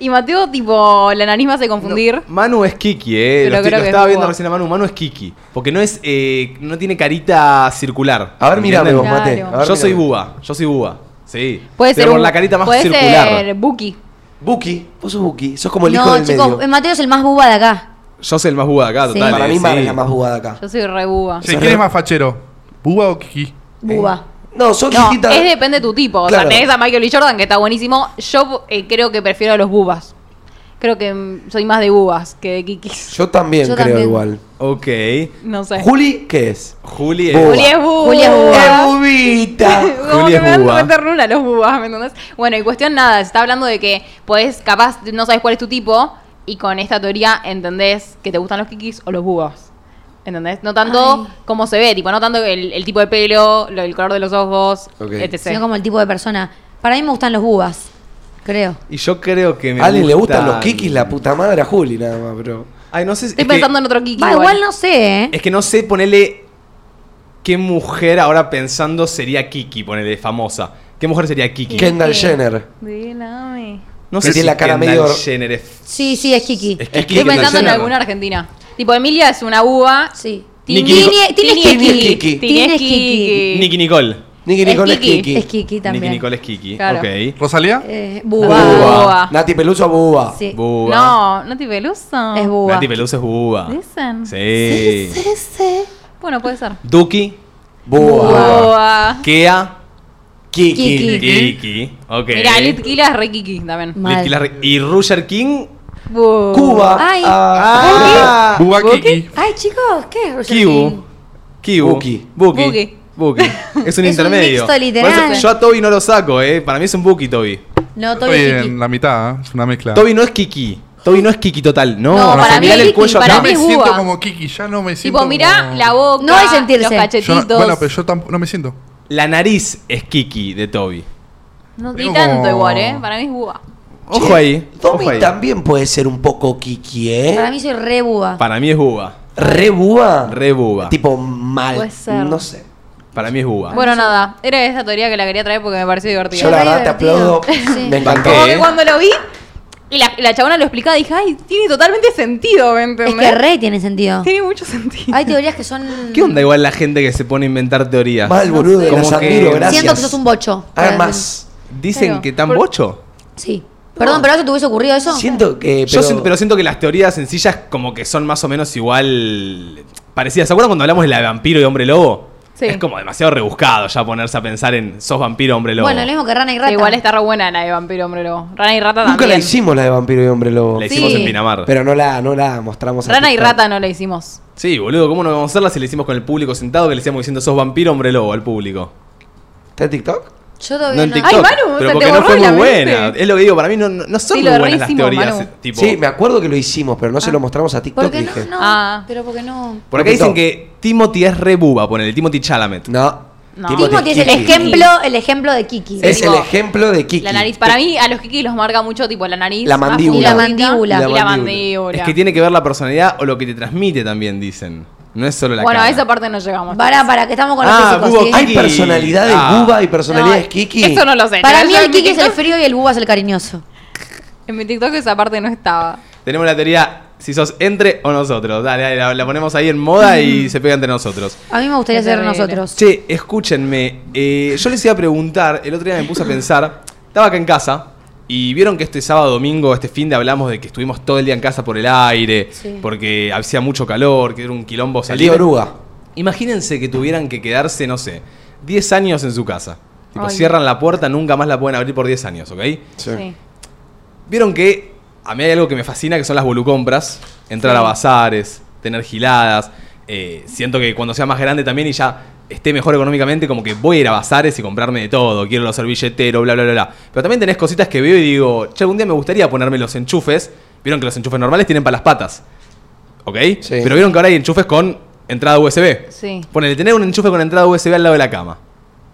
Y Mateo, tipo, la nariz me hace confundir.
Manu es Kiki, eh.
Pero
Lo, estoy-
creo
lo
que
estaba
es
viendo
buba.
recién a Manu. Manu es Kiki. Porque no es. eh, no tiene carita circular.
A ver, mírame
¿entienden?
vos, Mate.
Claro.
A ver,
Yo soy
mírame.
buba. Yo soy buba. Sí.
Puede
Pero
ser
por
un-
la carita más
puede
circular.
ser Buki.
Buki, vos sos Buki, sos como el hijo
No,
del
chicos, eh, em-
medio.
Mateo es el más Buba de acá.
Yo soy el más buba de acá,
Sí.
total.
Para
eh,
mí Mar es
sí.
la más Buba de acá.
Yo soy re buba.
Che, ¿quién es más fachero? ¿Buba o Kiki?
Buba.
No, son
No,
Kikita-
es depende de tu tipo. O
Claro.
sea, tenés a Michael y Jordan, que está buenísimo. Yo eh, creo que prefiero a los bubas. Creo que mm, soy más de bubas que de kikis.
Yo también
Yo
creo
también.
igual.
Ok.
No sé.
Juli, ¿qué es?
Juli es.
Buba.
Juli es buba.
Juli es
¡Es bubita!
Como
Juli
que
es
me dan
buba.
re ternura los bubas, ¿me entendés? Bueno, y cuestión nada, se está hablando de que podés, capaz, no sabes cuál es tu tipo, y con esta teoría entendés que te gustan los kikis o los bubas. ¿Entendés? No tanto
Ay.
como se ve, tipo, no tanto el, el tipo de pelo, lo- el color de los ojos,
Ok.
etc.
Sino como el tipo de persona. Para mí me gustan los bubas, creo.
Y yo creo que me
A alguien le gustan los kikis, la puta madre a Juli, nada más, bro.
Ay, no sé.
Estoy
es que-
pensando en otro Kiki.
Va,
igual.
igual no sé, ¿eh?
Es que no sé, ponele. ¿Qué mujer ahora pensando sería Kiki? Ponele, famosa. ¿Qué mujer sería Kiki?
Kendall
Eh,
Sí.
Jenner.
Dígame.
No
Que tiene la cara
Kendall
medio-
Jenner es-
Sí, sí, es Kiki.
es
Estoy
Kiki.
Estoy
Kendall
pensando en
Jenner.
alguna argentina. Tipo, Emilia es una uva.
Sí.
Nicki
Tini- Tini es
Tini es
Kiki.
Kiki.
Tini es Kiki.
Nicky Nicole.
Nicky
Es
Nicole es
Kiki.
Kiki.
Es Kiki
Nicky
también.
Nicole es Kiki.
Claro.
Ok.
¿Rosalía?
Eh,
Buba.
buba.
Buba.
Nati Peluso Buba.
Sí.
Buba.
No, Nati Peluso.
Ah.
Es buba.
Nati Peluso es Buba.
Dicen.
Sí.
Bueno, puede ser.
Duki.
Buba.
Uva.
Kea.
Kiki.
Kiki.
Kiki. Ok.
Mirá, Litkila es re Kiki también.
Mal.
Litkila Re- Y Roger King.
Bu-
Cuba.
Ay.
Ah.
Buba Kiki.
Ay, chicos, ¿qué es Roger
Kibu.
King?
Kibu.
Buki.
Buki.
Buki.
Buki. Es un
un
intermedio.
mixto
Por eso
literal.
yo a Toby no lo saco, eh. Para mí es un Buki, Toby.
No, Toby
Estoy
es Kiki.
en la mitad, ¿eh? es una mezcla.
Toby no es Kiki. Toby no es Kiki total. No,
No, para mí
mirá
es
el
Kiki,
cuello
para
no
acá.
mí
me
es
siento
Buba.
como Kiki, ya no me siento
Tipo, mirá
como-
la boca,
No hay sentirse.
los
Yo
cachetitos.
no- bueno, pero yo tampoco no me siento.
La nariz es Kiki de Toby.
No, ni
Tengo
tanto
como-
igual, ¿eh? Para mí es buba.
Ojo
Che,
ahí.
Tommy
ojo ahí.
también puede ser un poco Kiki, ¿eh?
Para mí soy re buba.
Para mí es Buba.
Re Buba.
Re Buba.
Tipo mal.
Puede ser.
No sé.
Para mí es Buba.
Bueno, nada. Era esa teoría que la quería traer porque me pareció divertida.
Yo la
re
verdad te
divertido.
aplaudo.
Sí.
Me encantó.
Como
¿Qué?
que cuando lo vi y la, la chabona lo explicaba, dije, ay, tiene totalmente sentido, ¿me
Es
entendés?
que re tiene sentido.
Tiene mucho sentido.
Hay teorías que son...
¿Qué onda igual la gente que se pone a inventar teorías?
Mal, boludo.
Como
Las
que-
admiro, gracias.
Siento que sos un bocho. Eh,
Hagan más.
Dicen
Claro.
que tan
Por-
bocho.
Sí. Perdón, pero ¿algo te hubiese ocurrido eso?
Siento que.
Yo siento- pero siento que las teorías sencillas como que son más o menos igual eh, parecidas. ¿Se acuerdan cuando hablamos de la de vampiro y hombre lobo?
Sí.
Es como demasiado rebuscado ya ponerse a pensar en sos vampiro, hombre lobo.
Bueno, lo mismo que Rana y Rata.
Igual está re buena la de vampiro, hombre lobo. Rana y rata
Nunca la
también.
hicimos la de Vampiro y Hombre Lobo.
La hicimos
Sí.
en Pinamar.
Pero no la, no la mostramos en
Rana y
TikTok.
rata no la hicimos.
Sí, boludo, ¿cómo no vamos a hacerla si la hicimos con el público sentado que le decíamos diciendo sos vampiro, hombre lobo al público?
¿Está en Tiktok?
Yo
No
todavía
en
no.
TikTok.
Ay, Manu,
pero
se
porque
te
no
borró
fue muy
la mente.
buena. Es lo que digo, para mí no, no- no son
Sí, lo
muy
de
buenas las
Racing,
teorías.
Manu.
tipo-
Sí, me acuerdo que lo hicimos, pero no se lo mostramos a TikTok.
¿Por qué
dije.
no? no?
Ah.
Pero porque no.
Por acá dicen que Timothy es re buba, ponele, Timothy Chalamet.
No.
No.
Timothy
Timothy es el
Kiki.
ejemplo, el ejemplo de Kiki.
Es
Tipo,
el ejemplo de Kiki.
La nariz. Para mí, a los Kiki los marca mucho, tipo, la nariz.
La
más finita
mandíbula.
Y la mandíbula.
Y la
La mandíbula.
mandíbula.
Es que tiene que ver la personalidad o lo que te transmite también, dicen. No es solo la
bueno,
cara.
a esa parte no llegamos.
Para, para, que estamos con
Ah,
los
Bubo
físicos. ¿sí?
Hay
Kiki.
personalidades
Ah.
buba y
No,
personalidades Kiki.
Eso no lo sé.
Para
Yo
mí
en
el
mi
Kiki es el
TikTok-
frío y el Buba es el cariñoso.
En mi TikTok esa parte no estaba.
Tenemos la teoría si sos entre o nosotros. Dale, dale, la, la ponemos ahí en moda y se pega entre nosotros.
A mí me gustaría
Es
ser
terrible.
nosotros.
Che, escúchenme. eh, yo les iba a preguntar, el otro día me puse a pensar, estaba acá en casa y vieron que este sábado, domingo, este fin de hablamos de que estuvimos todo el día en casa por el aire,
Sí.
porque hacía mucho calor, que era un quilombo
El tío
salir.
Oruga.
Imagínense que tuvieran que quedarse, no sé, 10 años en su casa. Tipo,
Ay.
cierran la puerta, nunca más la pueden abrir por 10 años, ¿ok?
Sí.
Vieron que a mí hay algo que me fascina, que son las volucompras. Entrar a bazares, tener giladas. Eh, siento que cuando sea más grande también y ya esté mejor económicamente, como que voy a ir a bazares y comprarme de todo. Quiero los servilleteros, bla, bla, bla, bla. Pero también tenés cositas que veo y digo, che, algún día me gustaría ponerme los enchufes. Vieron que los enchufes normales tienen para las patas. ¿Ok?
Sí.
Pero vieron que ahora hay enchufes con entrada USB.
Sí.
Ponele, tener un enchufe con entrada USB al lado de la cama.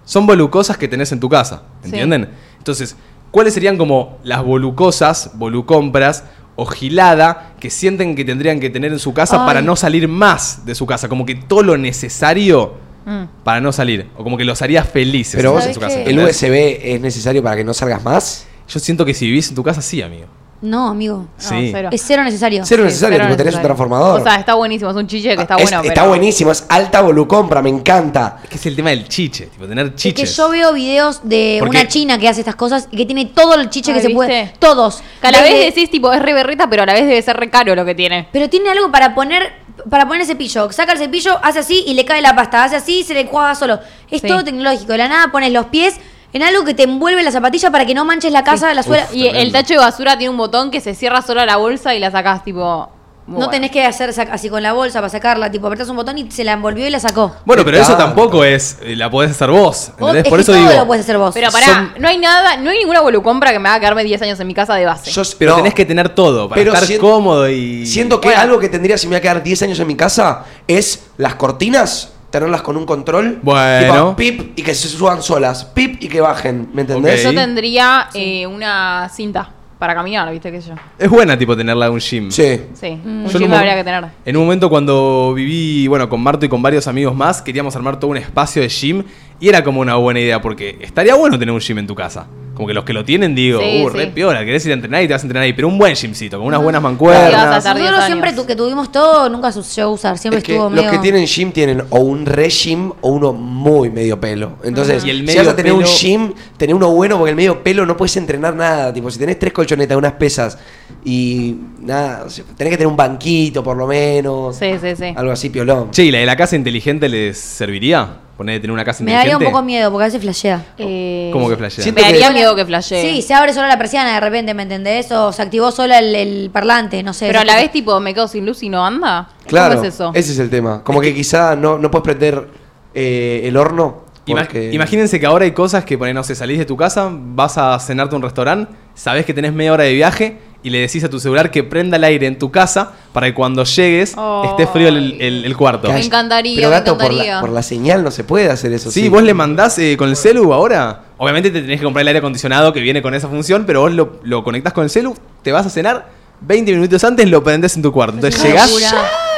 Son volucosas que tenés en tu casa,
Sí.
¿entienden? Entonces, ¿cuáles serían como las volucosas, volucompras o gilada que sienten que tendrían que tener en su casa
Ay.
para no salir más de su casa? Como que todo lo necesario
Mm.
para no salir. O como que los haría felices
Pero
en
vos,
¿sabés
su casa.
qué?
¿el
¿entendés?
USB es necesario para que no salgas más?
Yo siento que si vivís en tu casa, sí, amigo.
No, amigo.
No,
Sí.
cero.
Es cero necesario.
Cero necesario,
Cero
tipo, tenés un
necesario.
transformador. Ah,
O sea, está buenísimo, es un chiche que está
Es-
bueno.
Está
pero-
buenísimo, es alta volucompra, me encanta.
Es que es el tema del chiche, tipo tener
Es que
chiches.
yo veo videos de
Porque-
una china que hace estas cosas y que tiene todo el chiche
Ay,
que se
¿viste?
puede. Todos.
Que a la
Desde-
vez decís, tipo, es re berreta, pero a la vez debe ser re caro lo que tiene.
Pero tiene algo para poner para poner el cepillo. Saca el cepillo, hace así y le cae la pasta. Hace así y se le cuaja solo. Es
Sí.
todo tecnológico. De la nada pones los pies en algo que te envuelve la zapatilla para que no manches la casa, la suela.
Uf.
Y
Tremendo.
el tacho de basura tiene un botón que se cierra solo a la bolsa y la sacás, tipo.
No tenés que hacer sac- así con la bolsa para sacarla, tipo apretás un botón y se la envolvió y la sacó.
Bueno, pero eso
Claro.
tampoco es. eh, La podés hacer vos.
Vos-
¿entendés?
es
Por
que
eso
todo
digo.
lo puedes hacer vos.
Pero pará,
Son-
no hay nada, no hay ninguna volucompra que me haga quedarme 10 años en mi casa de base.
Yo-
Pero
no.
tenés que tener todo para
Pero
estar
sien-
cómodo y.
Siento que
Bueno.
algo que tendría si me voy a quedar 10 años en mi casa es las cortinas, tenerlas con un control.
Bueno.
Tipo, pip y que se suban solas. Pip y que bajen. ¿Me entendés?
Ok.
Yo tendría eh, una cinta para caminar, viste que yo.
Es buena, tipo, tenerla en un gym.
Sí.
Sí,
Mm.
un
Yo en
gym
un mom-
habría que tener.
En un momento cuando viví, bueno, con Marto y con varios amigos más, queríamos armar todo un espacio de gym y era como una buena idea porque estaría bueno tener un gym en tu casa. Como que los que lo tienen, digo,
Sí,
uh,
sí. Mm.
re piola, querés ir a entrenar y te vas a entrenar ahí, pero un buen gymcito, con unas buenas
Y vas a
mancuernas.
estar 10
Nosotros siempre
años.
tu- que tuvimos todo, nunca sucedió usar, siempre
Es que
estuvo
los
medio...
que tienen gym tienen o un re gym o uno muy medio pelo. Entonces,
Y el
si vas
medio
a tener un
pelo-
gym, tener uno bueno porque el medio pelo no puedes entrenar nada. Tipo, si tenés tres colchonetas, unas pesas y nada, o sea, tenés que tener un banquito por lo menos.
Sí, sí, sí.
Algo así, piolón.
Che, ¿y la de la casa inteligente les serviría? Poner de tener una casa
Me
inteligente.
daría un poco miedo porque a veces flashea.
Eh,
¿Cómo que flashea?
Me
Siento que-
daría miedo que flashee.
Sí, se abre sola la persiana de repente, ¿me entendés? O se activó sola el, el parlante, no sé.
Pero a
esas
la vez,
cosas.
tipo, me quedo sin luz y no anda.
Claro,
¿Cómo es eso?
ese es el tema. Como que quizá no, no puedes prender eh, el horno.
Ima-
porque-
Imagínense que ahora hay cosas que, ponen, no sé, salís de tu casa, vas a cenarte a un restaurante, sabés que tenés media hora de viaje y le decís a tu celular que prenda el aire en tu casa para que cuando llegues esté frío el, el- el cuarto.
Calla.
Me encantaría,
Pero
me
gato, Por,
encantaría.
la, por la señal no se puede hacer eso.
Sí, vos le mandás eh, con el celu ahora. Obviamente te tenés que comprar el aire acondicionado que viene con esa función, pero vos lo, lo conectás con el celu, te vas a cenar, 20 minutos antes lo prendés en tu cuarto. Entonces
Una
llegás...
locura.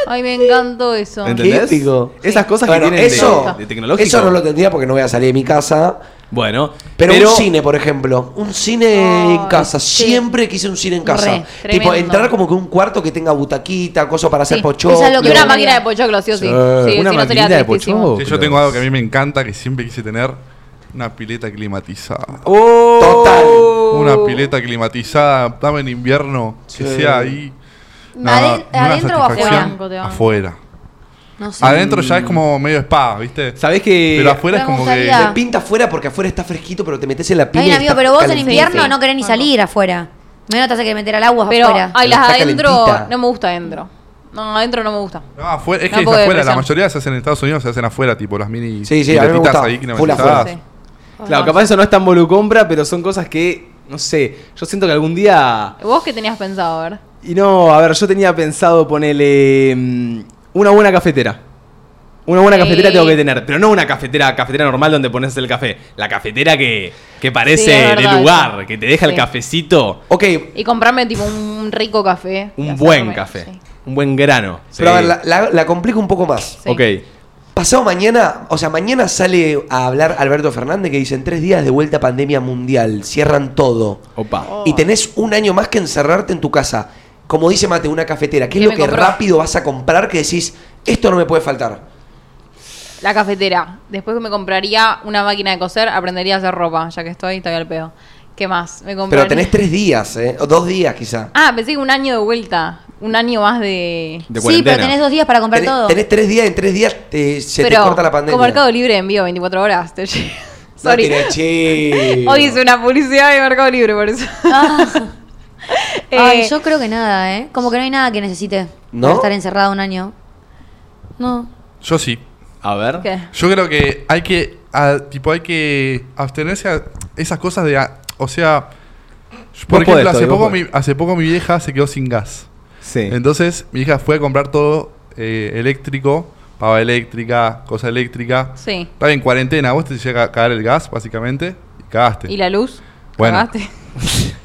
Ay, me encantó eso.
Ent-
Qué
¿entendés?
épico.
Esas cosas que tienen de- de tecnológico.
Eso no lo tendría porque no voy a salir de mi casa.
Bueno,
Pero, un cine, por ejemplo. Un cine
Ay,
en casa.
sí.
Siempre quise un cine en
Re,
casa.
tremendo.
tipo, entrar como que un cuarto que tenga butaquita, cosas para hacer
Sí,
pochoclo.
es algo
Y
que
una
no-
máquina de pochoclo, sí o sí. Sí,
una
si no
maquinita
sería
de
tristísimo.
pochoclo.
Sí, yo tengo algo que a mí me encanta, que siempre quise tener, una pileta climatizada.
Total.
Oh.
Una pileta climatizada, dame en invierno, que
Sí.
sea ahí. No,
Aden-
no, una
¿Adentro o afuera?
satisfacción.
Te banco, te banco.
Afuera.
No sé.
Adentro ya es como medio spa, ¿viste?
¿Sabés que...
Pero afuera
Me
es como que.
gustaría.
Te pinta afuera porque afuera está fresquito, pero te metes en la pila.
Ay,
y
amigo,
está
pero vos en
calentito.
invierno
Sí.
no querés ni salir afuera. Menos te hace que meter al agua
Pero,
afuera.
ay, las
Está
adentro
calentita.
no me gusta adentro. No, adentro no me gusta.
No, afuera, es
No
que es
puedo
afuera, la
depresión.
mayoría se hacen en Estados Unidos, se hacen afuera, tipo las mini
Sí, sí, a mí me
piletitas
gustaba,
ahí
full
climatizadas.
afuera.
Ah.
Claro, capaz eso no es tan volucompra, pero son cosas que, no sé, yo siento que algún día...
¿Vos qué tenías pensado, a ver?
Y no, a ver, yo tenía pensado ponerle mm, una buena cafetera. Una buena
Sí.
cafetera tengo que tener, pero no una cafetera, cafetera normal donde pones el café. La cafetera que, que parece
Sí, es
de
verdad
lugar,
eso.
que te deja el
Sí.
cafecito,
Ok,
Y comprarme tipo un rico café. y
un
hacerme-
buen café,
sí.
un buen grano. Sí.
pero a ver, la, la- la complico un poco más.
Sí.
Ok.
Pasado mañana, o sea, mañana sale a hablar Alberto Fernández que dice en tres días de vuelta a pandemia mundial, cierran todo.
Opa.
Oh.
Y tenés un año más que encerrarte en tu casa. Como dice Mate, una cafetera, que es
¿Qué
lo
me
que
compró?
rápido vas a comprar que decís, esto no me puede faltar.
La cafetera. Después me compraría una máquina de coser, aprendería a hacer ropa, ya que estoy todavía al pedo. ¿Qué más? Me compraría...
Pero tenés tres días, ¿eh? O dos días quizá.
Ah, pensé que un año de vuelta. Un año más de...
De
sí,
cuarentena.
pero tenés dos días para comprar
Tenés,
todo.
tenés tres días, en tres días te- se
Pero
te corta la pandemia.
Con Mercado Libre envío 24 horas. Te llega. Sorry.
No, tire,
Hoy hice una publicidad de Mercado Libre, por eso.
Ah.
Eh,
Ay, yo creo que nada, ¿eh? Como que no hay nada que necesite
¿No?
para estar encerrado un año. No.
Yo sí.
A ver.
¿Qué?
Yo creo que hay que. a- tipo, hay que abstenerse a esas cosas de. a- o sea. Por
podés,
ejemplo, hace,
Toby, vos
poco mi,
podés.
hace poco mi vieja se quedó sin gas.
Sí.
Entonces, mi hija fue a comprar todo eh, eléctrico, pava eléctrica, cosa eléctrica.
Sí.
Estaba en cuarentena, vos te llega a caer el gas, básicamente, y cagaste.
¿Y la luz?
Bueno.
¿Cagaste?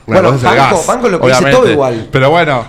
Una
Bueno,
cosa es el
banco- banco lo que dice
obviamente.
todo igual.
Pero bueno,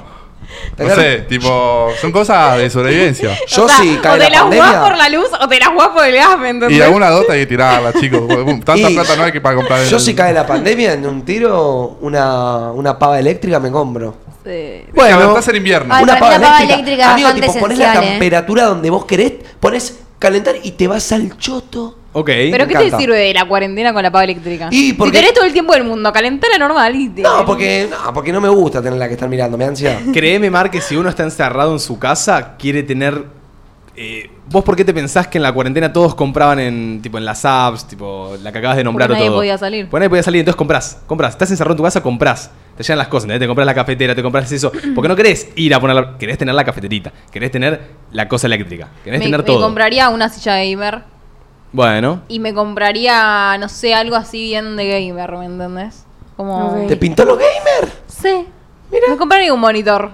no sé, tipo, son cosas de sobrevivencia.
Yo
O sea,
sí,
O
cae
te
la
las
pandemia.
jugás por la luz o te las jugás por el gas, ¿me entendés?
Y alguna dota hay que tirarla, chicos. Tanta
Y-
plata no hay que para comprar el-
Yo si cae la pandemia en un tiro, una, una pava eléctrica me compro.
Sí.
Es que
Bueno.
ahora estás en invierno.
Ah,
Ay,
una
para mí la pava eléctrica es
Amigo,
bastante
tipo, pones la
esencial, ¿eh?
temperatura donde vos querés, pones calentar y te vas al choto.
Ok.
¿Pero
me
qué
encanta.
te sirve de la cuarentena con la pava eléctrica?
Y
Si
porque-
tenés todo el tiempo del mundo, calentala normal y te-
No, porque no, porque no me gusta tenerla que estar mirando, me da ansiedad.
Créeme, Mar, que si uno está encerrado en su casa, quiere tener eh, ¿vos por qué te pensás que en la cuarentena todos compraban en tipo en las apps, tipo la que acabas de nombrar
Porque
o
nadie
todo?
podía salir.
Porque nadie podía salir, entonces comprás, comprás. Estás encerrado en tu casa, comprás. Te llegan las cosas, ¿entendés? te compras la cafetera, te compras eso. Porque no querés ir a ponerla, querés tener la cafeterita, querés tener la cosa eléctrica, querés
me,
tener
me
todo.
compraría una silla de gamer
Bueno,
y me compraría, no sé, algo así bien de gamer, ¿me entendés? Como...
Ok.
¿Te pintó los gamer?
Sí. Me compraría un monitor.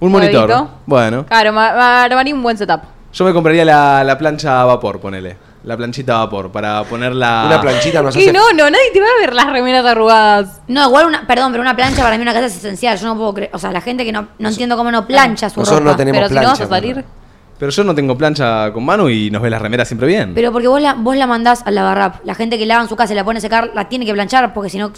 un monitor.
Nuevito.
Bueno,
Claro, ma- ma- armaría un buen setup.
yo me compraría la, la plancha a vapor, ponele. La planchita a vapor, para
Ah.
ponerla.
Una planchita nos
Y
hace.
no, no, nadie te va a ver las remeras arrugadas.
No, igual una, perdón, pero una plancha para mí en una casa es esencial. Yo no puedo creer, o sea, la gente que no, no entiendo cómo no plancha su
Nosotros
ropa.
no tenemos
Pero si no vas a
plancha,
salir,
boludo.
Pero yo no tengo plancha con mano y nos ve las remeras siempre bien.
Pero porque vos la, vos la mandás al lavarrap. La gente que lava en su casa y la pone a secar, la tiene que planchar porque si no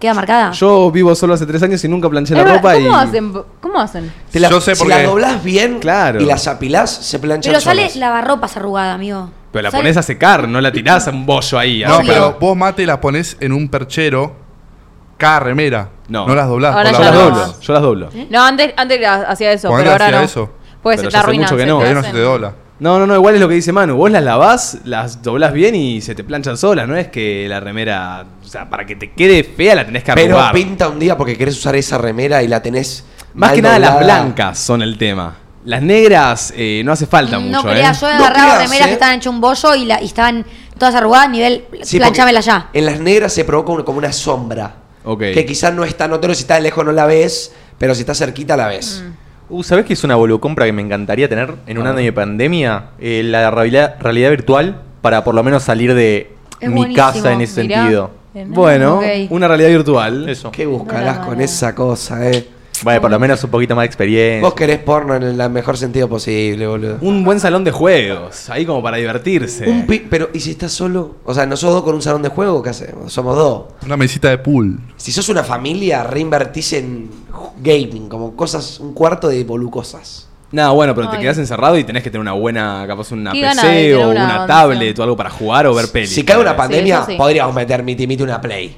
queda marcada.
Yo vivo solo hace tres años y nunca planché la
Es verdad,
ropa
¿cómo
y.
hacen? ¿Cómo hacen?
Te la-
Yo sé
si
por
las
qué.
doblás bien
Claro.
y las apilás, se planchan
pero sale
solas.
lavarropas arrugada, amigo.
Pero la
¿Sale?
pones a secar, no la tirás a un bollo ahí.
No,
a-
pero vos mate las pones en un perchero cada remera.
No.
No las doblás.
Ahora
o
Yo
ya ¿Eh?
las
las
no.
doblas.
doblo, yo las doblo.
No, antes, antes ha- hacía eso,
Ponele
pero ahora
hacía
no.
eso.
Pues
Pero ya
se te
hace
arruinan.
mucho que
se
no.
te
Todavía no se
hacen.
te dobla.
No, no, no, igual es lo que dice Manu. Vos las lavás, las doblás bien y se te planchan solas. No es que la remera. O sea, para que te quede fea la tenés que
Pero
arrugar.
pinta un día porque querés usar esa remera y la tenés.
Más
mal
que nada las
doblada.
blancas son el tema. Las negras eh, no hace falta mucho.
No creas,
¿eh?
yo he
No
agarrado
creas,
remeras
¿eh?
que estaban hechas un bollo y, la, y estaban todas arrugadas nivel,
Sí,
planchámela
porque
ya.
En las negras se provoca un- como una sombra.
Ok.
Que quizás no es tan notorio, si está de lejos no la ves, pero si está cerquita la ves.
Mm.
Uh, ¿sabés que es una compra que me encantaría tener en un año de pandemia? Eh, la realidad, realidad virtual para por lo menos salir de
Es
mi
buenísimo,
casa en ese
mirá.
sentido.
Bueno,
Ok.
una realidad virtual.
Eso.
¿Qué buscarás
No, no,
con
no.
esa cosa, eh?
Vale, por lo menos un poquito más
Eh.
de experiencia.
Vos querés porno en el mejor sentido posible, boludo.
Un buen salón de juegos, ahí como para divertirse.
Un pi- pero, ¿y si estás solo? O sea, ¿no sos dos con un salón de juego? ¿Qué hacemos? Somos dos.
Una mesita de pool.
Si sos una familia, reinvertís en gaming, como cosas, un cuarto de bolucosas.
Nada, bueno, pero te
Ay.
quedás encerrado y tenés que tener una buena, capaz una
Qué ganas de
PC
tener
o
una
una,
onda.
tablet o algo para jugar o ver pelis.
Si cae
ponele.
una pandemia,
eso sí.
podríamos meter miti miti una play.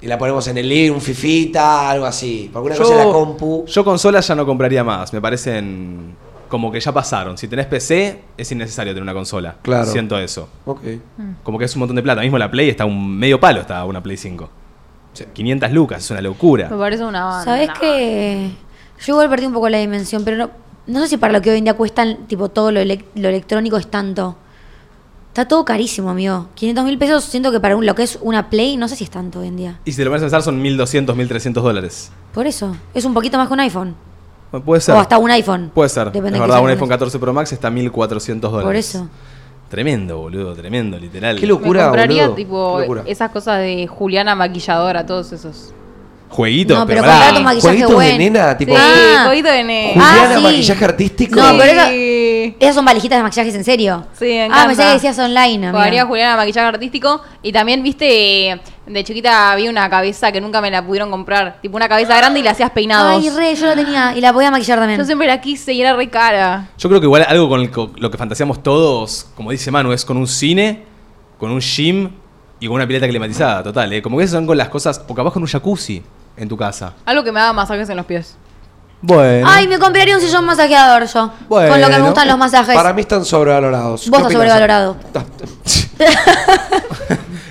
Y la ponemos en el living, un fifita, algo así. Porque una cosa es la
Yo,
compu.
yo consolas ya no compraría más, me parecen como que ya pasaron. Si tenés PC, es innecesario tener una consola.
Claro.
Siento eso.
Ok.
Como que es un montón de plata. Mismo la Play está un medio palo, está una Play 5. 500 lucas, es una locura.
Me parece una banda.
¿Sabés qué? Yo igual perdí un poco la dimensión, pero no, no sé si para lo que hoy en día cuestan, tipo, todo lo, elec- lo electrónico es tanto. Está todo carísimo, amigo. 500 mil pesos siento que para un, lo que es una Play, no sé si es tanto hoy en día.
Y si te lo pones a pensar, son 1200, 1300 dólares.
Por eso, es un poquito más que un iPhone.
Bueno, Puede
Oh,
ser.
O hasta un iPhone.
Puede ser.
Depende
es
de qué
verdad, un
sea.
iPhone 14 Pro Max está 1400 dólares.
Por eso.
Tremendo, boludo, tremendo, literal.
Qué locura,
Me compraría
boludo.
tipo
Qué locura.
esas cosas de Juliana maquilladora, todos esos.
Jueguito,
No, pero
pará.
comprate un maquillaje
Jueguitos de
bueno.
nena, tipo-
Sí,
Ah.
jueguito de ne-
Ju-
Juliana,
Ah, sí.
maquillaje artístico.
No, pero eso-
Sí.
Esas son valijitas de maquillajes en serio.
Sí, me
Ah,
encanta.
pensé que decías online, amigo.
Jugaría a Juliana maquillaje artístico. Y también, viste, de chiquita había una cabeza que nunca me la pudieron comprar. Tipo una cabeza grande y la hacías peinados.
Ay, re, yo la tenía y la podía maquillar también.
Yo siempre la quise y era re cara.
Yo creo que igual algo con el co- lo que fantaseamos todos, como dice Manu, es con un cine, con un gym y con una pileta climatizada, total. ¿eh? Como que esas son con las cosas, o capaz con un jacuzzi en tu casa.
Algo que me haga masajes en los pies.
Bueno.
Ay, me compraría un sillón masajeador yo.
Bueno.
Con lo que me gustan los masajes.
Para mí están sobrevalorados.
Vos
¿Qué
estás
opinás?
sobrevalorado.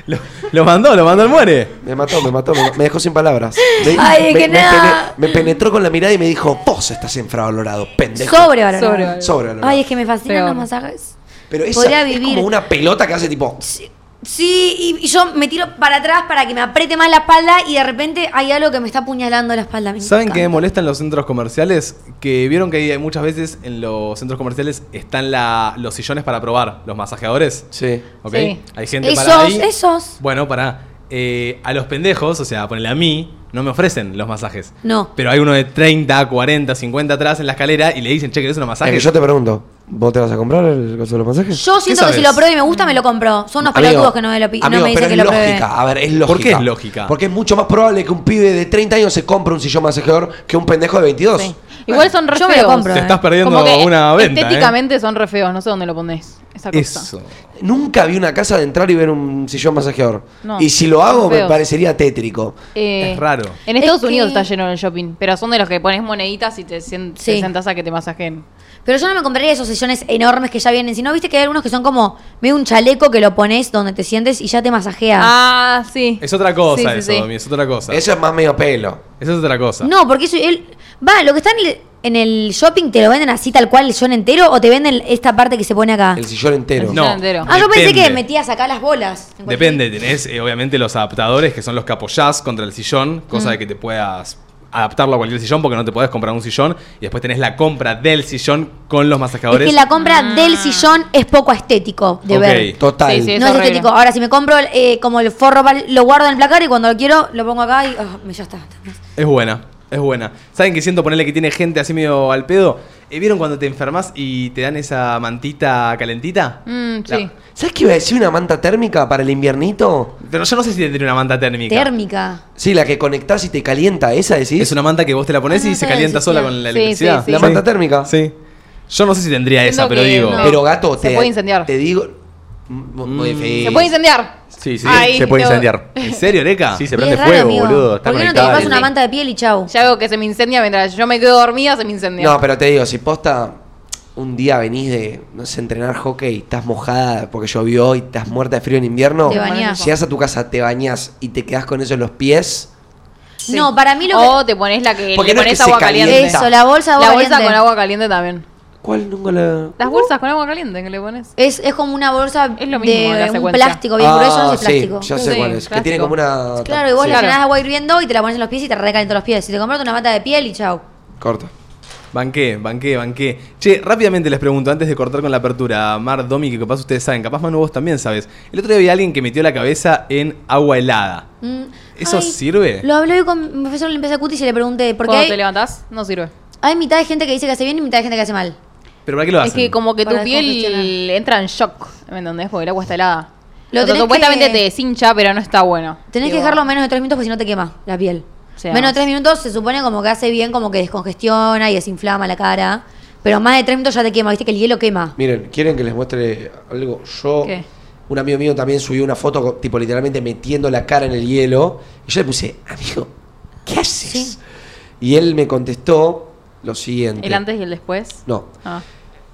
Lo, lo mandó, lo mandó el muere.
Me mató, me mató, me, me dejó sin palabras. Me,
Ay, es que
pene-
nada.
me penetró con la mirada y me dijo, vos estás infravalorado, pendejo.
Sobrevalorado.
Sobrevalorado.
Sobrevalorado.
Ay, es que me fascinan
Peor.
los masajes.
Pero esa
podría
es
vivir-
como una pelota que hace tipo...
Sí, y, y yo me tiro para atrás para que me apriete más la espalda y de repente hay algo que me está apuñalando la espalda. Me
¿Saben qué me
encanta.
molesta en los centros comerciales? Que vieron que hay- muchas veces en los centros comerciales están la- los sillones para probar, los masajeadores.
Sí.
¿Ok?
Sí.
Hay gente
Esos,
para ahí.
esos.
Bueno, para. a los pendejos, o sea, ponele a mí, no me ofrecen los masajes.
No.
Pero hay uno de 30, 40, 50 atrás en la escalera y le dicen, che, ¿querés un masaje?
Es que Eh, yo te pregunto, ¿vos te vas a comprar el coso de los masajes?
Yo siento que si
sabes?
lo pruebo y me gusta, me lo compro. Son unos
Amigo,
pelotudos que no me, lo, pi- no
amigo,
me dicen
pero
que
es
lo pruebe.
lógica. A ver, es lógica.
¿Por qué es lógica?
Porque es mucho más probable que un pibe de 30 años se compre un sillón masajeador que un pendejo de 22.
Sí. Igual son re
Yo me lo
feos.
compro,
Te
eh.
estás perdiendo
Como que
una venta. ¿eh?
Estéticamente son re feos, no sé dónde lo ponés. Esa cosa.
Eso.
Nunca vi una casa de entrar y ver un sillón masajeador.
No.
Y si lo hago, me
Feos.
parecería tétrico.
Eh,
Es raro.
En Estados
Es
Unidos
que-
está lleno el shopping, pero son de los que pones moneditas y te, sien- te
Sí.
sentás a que te masajeen.
Pero yo no me compraría esos sillones enormes que ya vienen, sino viste que hay algunos que son como medio un chaleco que lo pones donde te sientes y ya te masajea.
Ah, sí.
Es otra cosa
Sí, sí,
eso,
sí.
Domi, es otra cosa. Eso
Eso es más medio pelo.
es otra cosa.
No, porque eso él va, lo que está en el, en el shopping te lo venden así tal cual el sillón entero o te venden esta parte que se pone acá.
El sillón entero.
No. entero.
Ah, yo pensé que
depende.
metías acá las bolas. En cualquier-
Depende, tenés eh, obviamente los adaptadores que son los que apoyás contra el sillón, cosa
Mm.
de que te puedas adaptarlo a cualquier sillón porque no te podés comprar un sillón y después tenés la compra del sillón con los
Es
masajadores.
que la compra
Ah.
del sillón es poco estético de
Ok.
ver.
Total.
Sí, sí,
no es
horrible.
estético. Ahora, si me compro el, eh, como el forro, pal- lo guardo en el placar y cuando lo quiero, lo pongo acá y ah, ya está.
Es buena, es buena. ¿Saben que siento ponerle que tiene gente así medio al pedo? Eh, ¿Vieron cuando te enfermas y te dan esa mantita calentita?
Mm,
La-
sí.
¿Sabes qué iba a decir una manta térmica para el inviernito?
Pero yo no sé si tendría una manta térmica.
Térmica.
Sí, la que conectás y te calienta, esa decís.
Es una manta que vos te la pones
Ah, no
y se
sabía
calienta
que
sola
existía.
con la
Sí, sí,
electricidad.
sí.
La manta térmica.
Sí. Yo no sé si tendría
Siento
esa, pero
que
digo.
no.
Pero gato,
Se
te.
puede incendiar.
Te digo. Muy difícil.
Se puede incendiar.
Sí, sí,
Ay,
se puede
no.
incendiar.
¿En serio, Oreca?
Sí, se
Y
prende
es raro,
fuego,
amigo.
boludo. Está
¿Por qué no te
conectada.
compras una
Sí.
manta de piel y chau?
Ya veo que se me incendia mientras yo me quedo dormida, se me incendia.
No, pero te digo, si posta un día venís de, no sé, entrenar hockey y estás mojada porque llovió y estás muerta de frío en invierno,
Te bañás.
llegas a tu casa, te bañás y te quedás con eso en los pies.
Sí.
No, para mí lo que.
O te pones la que
Porque
le
no es
pones
que se
agua caliente.
calienta.
Eso, la bolsa de agua
La bolsa
caliente.
con agua caliente también.
¿Cuál nunca la...?
Las bolsas con agua caliente que le pones.
Es, es como una bolsa
Es lo mismo la
de un
secuencia.
plástico bien
Ah,
grueso, no es
sí,
de plástico.
ya sé
Sí,
cuál es. Que tiene
plástico.
como una...
Claro, y vos
sí,
le
Claro.
llenás de agua hirviendo y te la pones en los pies y te recalienta los pies. Si te compras una manta de piel y chau.
Corta.
Banqué, banqué, banqué. Che, rápidamente les pregunto, antes de cortar con la apertura, Mar, Domi, que capaz ustedes saben, capaz Manu vos también sabes. El otro día vi a alguien que metió la cabeza en agua helada.
Mm,
¿Eso sirve?
Lo hablé hoy con mi profesor de limpieza cutis y le pregunté, porque
Cuando te
hay,
levantás, no sirve.
hay mitad de gente que dice que hace bien y mitad de gente que hace mal.
¿Pero para qué lo hacen?
Es que como que tu
Para
piel
descongestionar.
entra en shock, ¿me entendés? Porque el agua está helada.
Lo
O sea,
tenés
supuestamente
que-
te deshincha, pero no está bueno.
Tenés que
Digo,
dejarlo menos de tres minutos porque si no te quema la piel.
Sí,
menos de
además.
tres minutos se supone como que hace bien, como que descongestiona y desinflama la cara. Pero más de tres minutos ya te quema, viste que el hielo quema.
Miren, ¿quieren que les muestre algo? Yo,
¿Qué?
un amigo mío también subió una foto, co- tipo literalmente metiendo la cara en el hielo. Y yo le puse, amigo, ¿qué haces?
Sí.
Y él me contestó lo siguiente.
El antes y el después.
No.
Ah.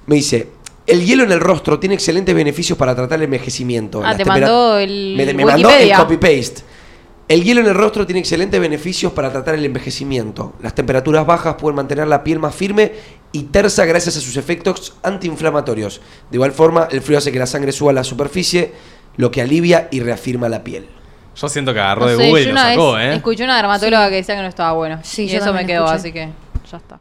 Me dice, el hielo en el rostro tiene excelentes beneficios para tratar el envejecimiento.
Ah, te
tempera-
mandó el
Me, me mandó el
Wikipedia.
copy-paste. El hielo en el rostro tiene excelentes beneficios para tratar el envejecimiento. Las temperaturas bajas pueden mantener la piel más firme y tersa gracias a sus efectos antiinflamatorios. De igual forma, el frío hace que la sangre suba a la superficie, lo que alivia y reafirma la piel.
Yo siento que agarró
No
de
sé,
Google y
yo
lo
una
sacó,
vez
¿eh?
escuché una dermatóloga que decía que no estaba bueno.
Sí,
y
yo
eso me
también
quedó,
escuché.
así que ya está.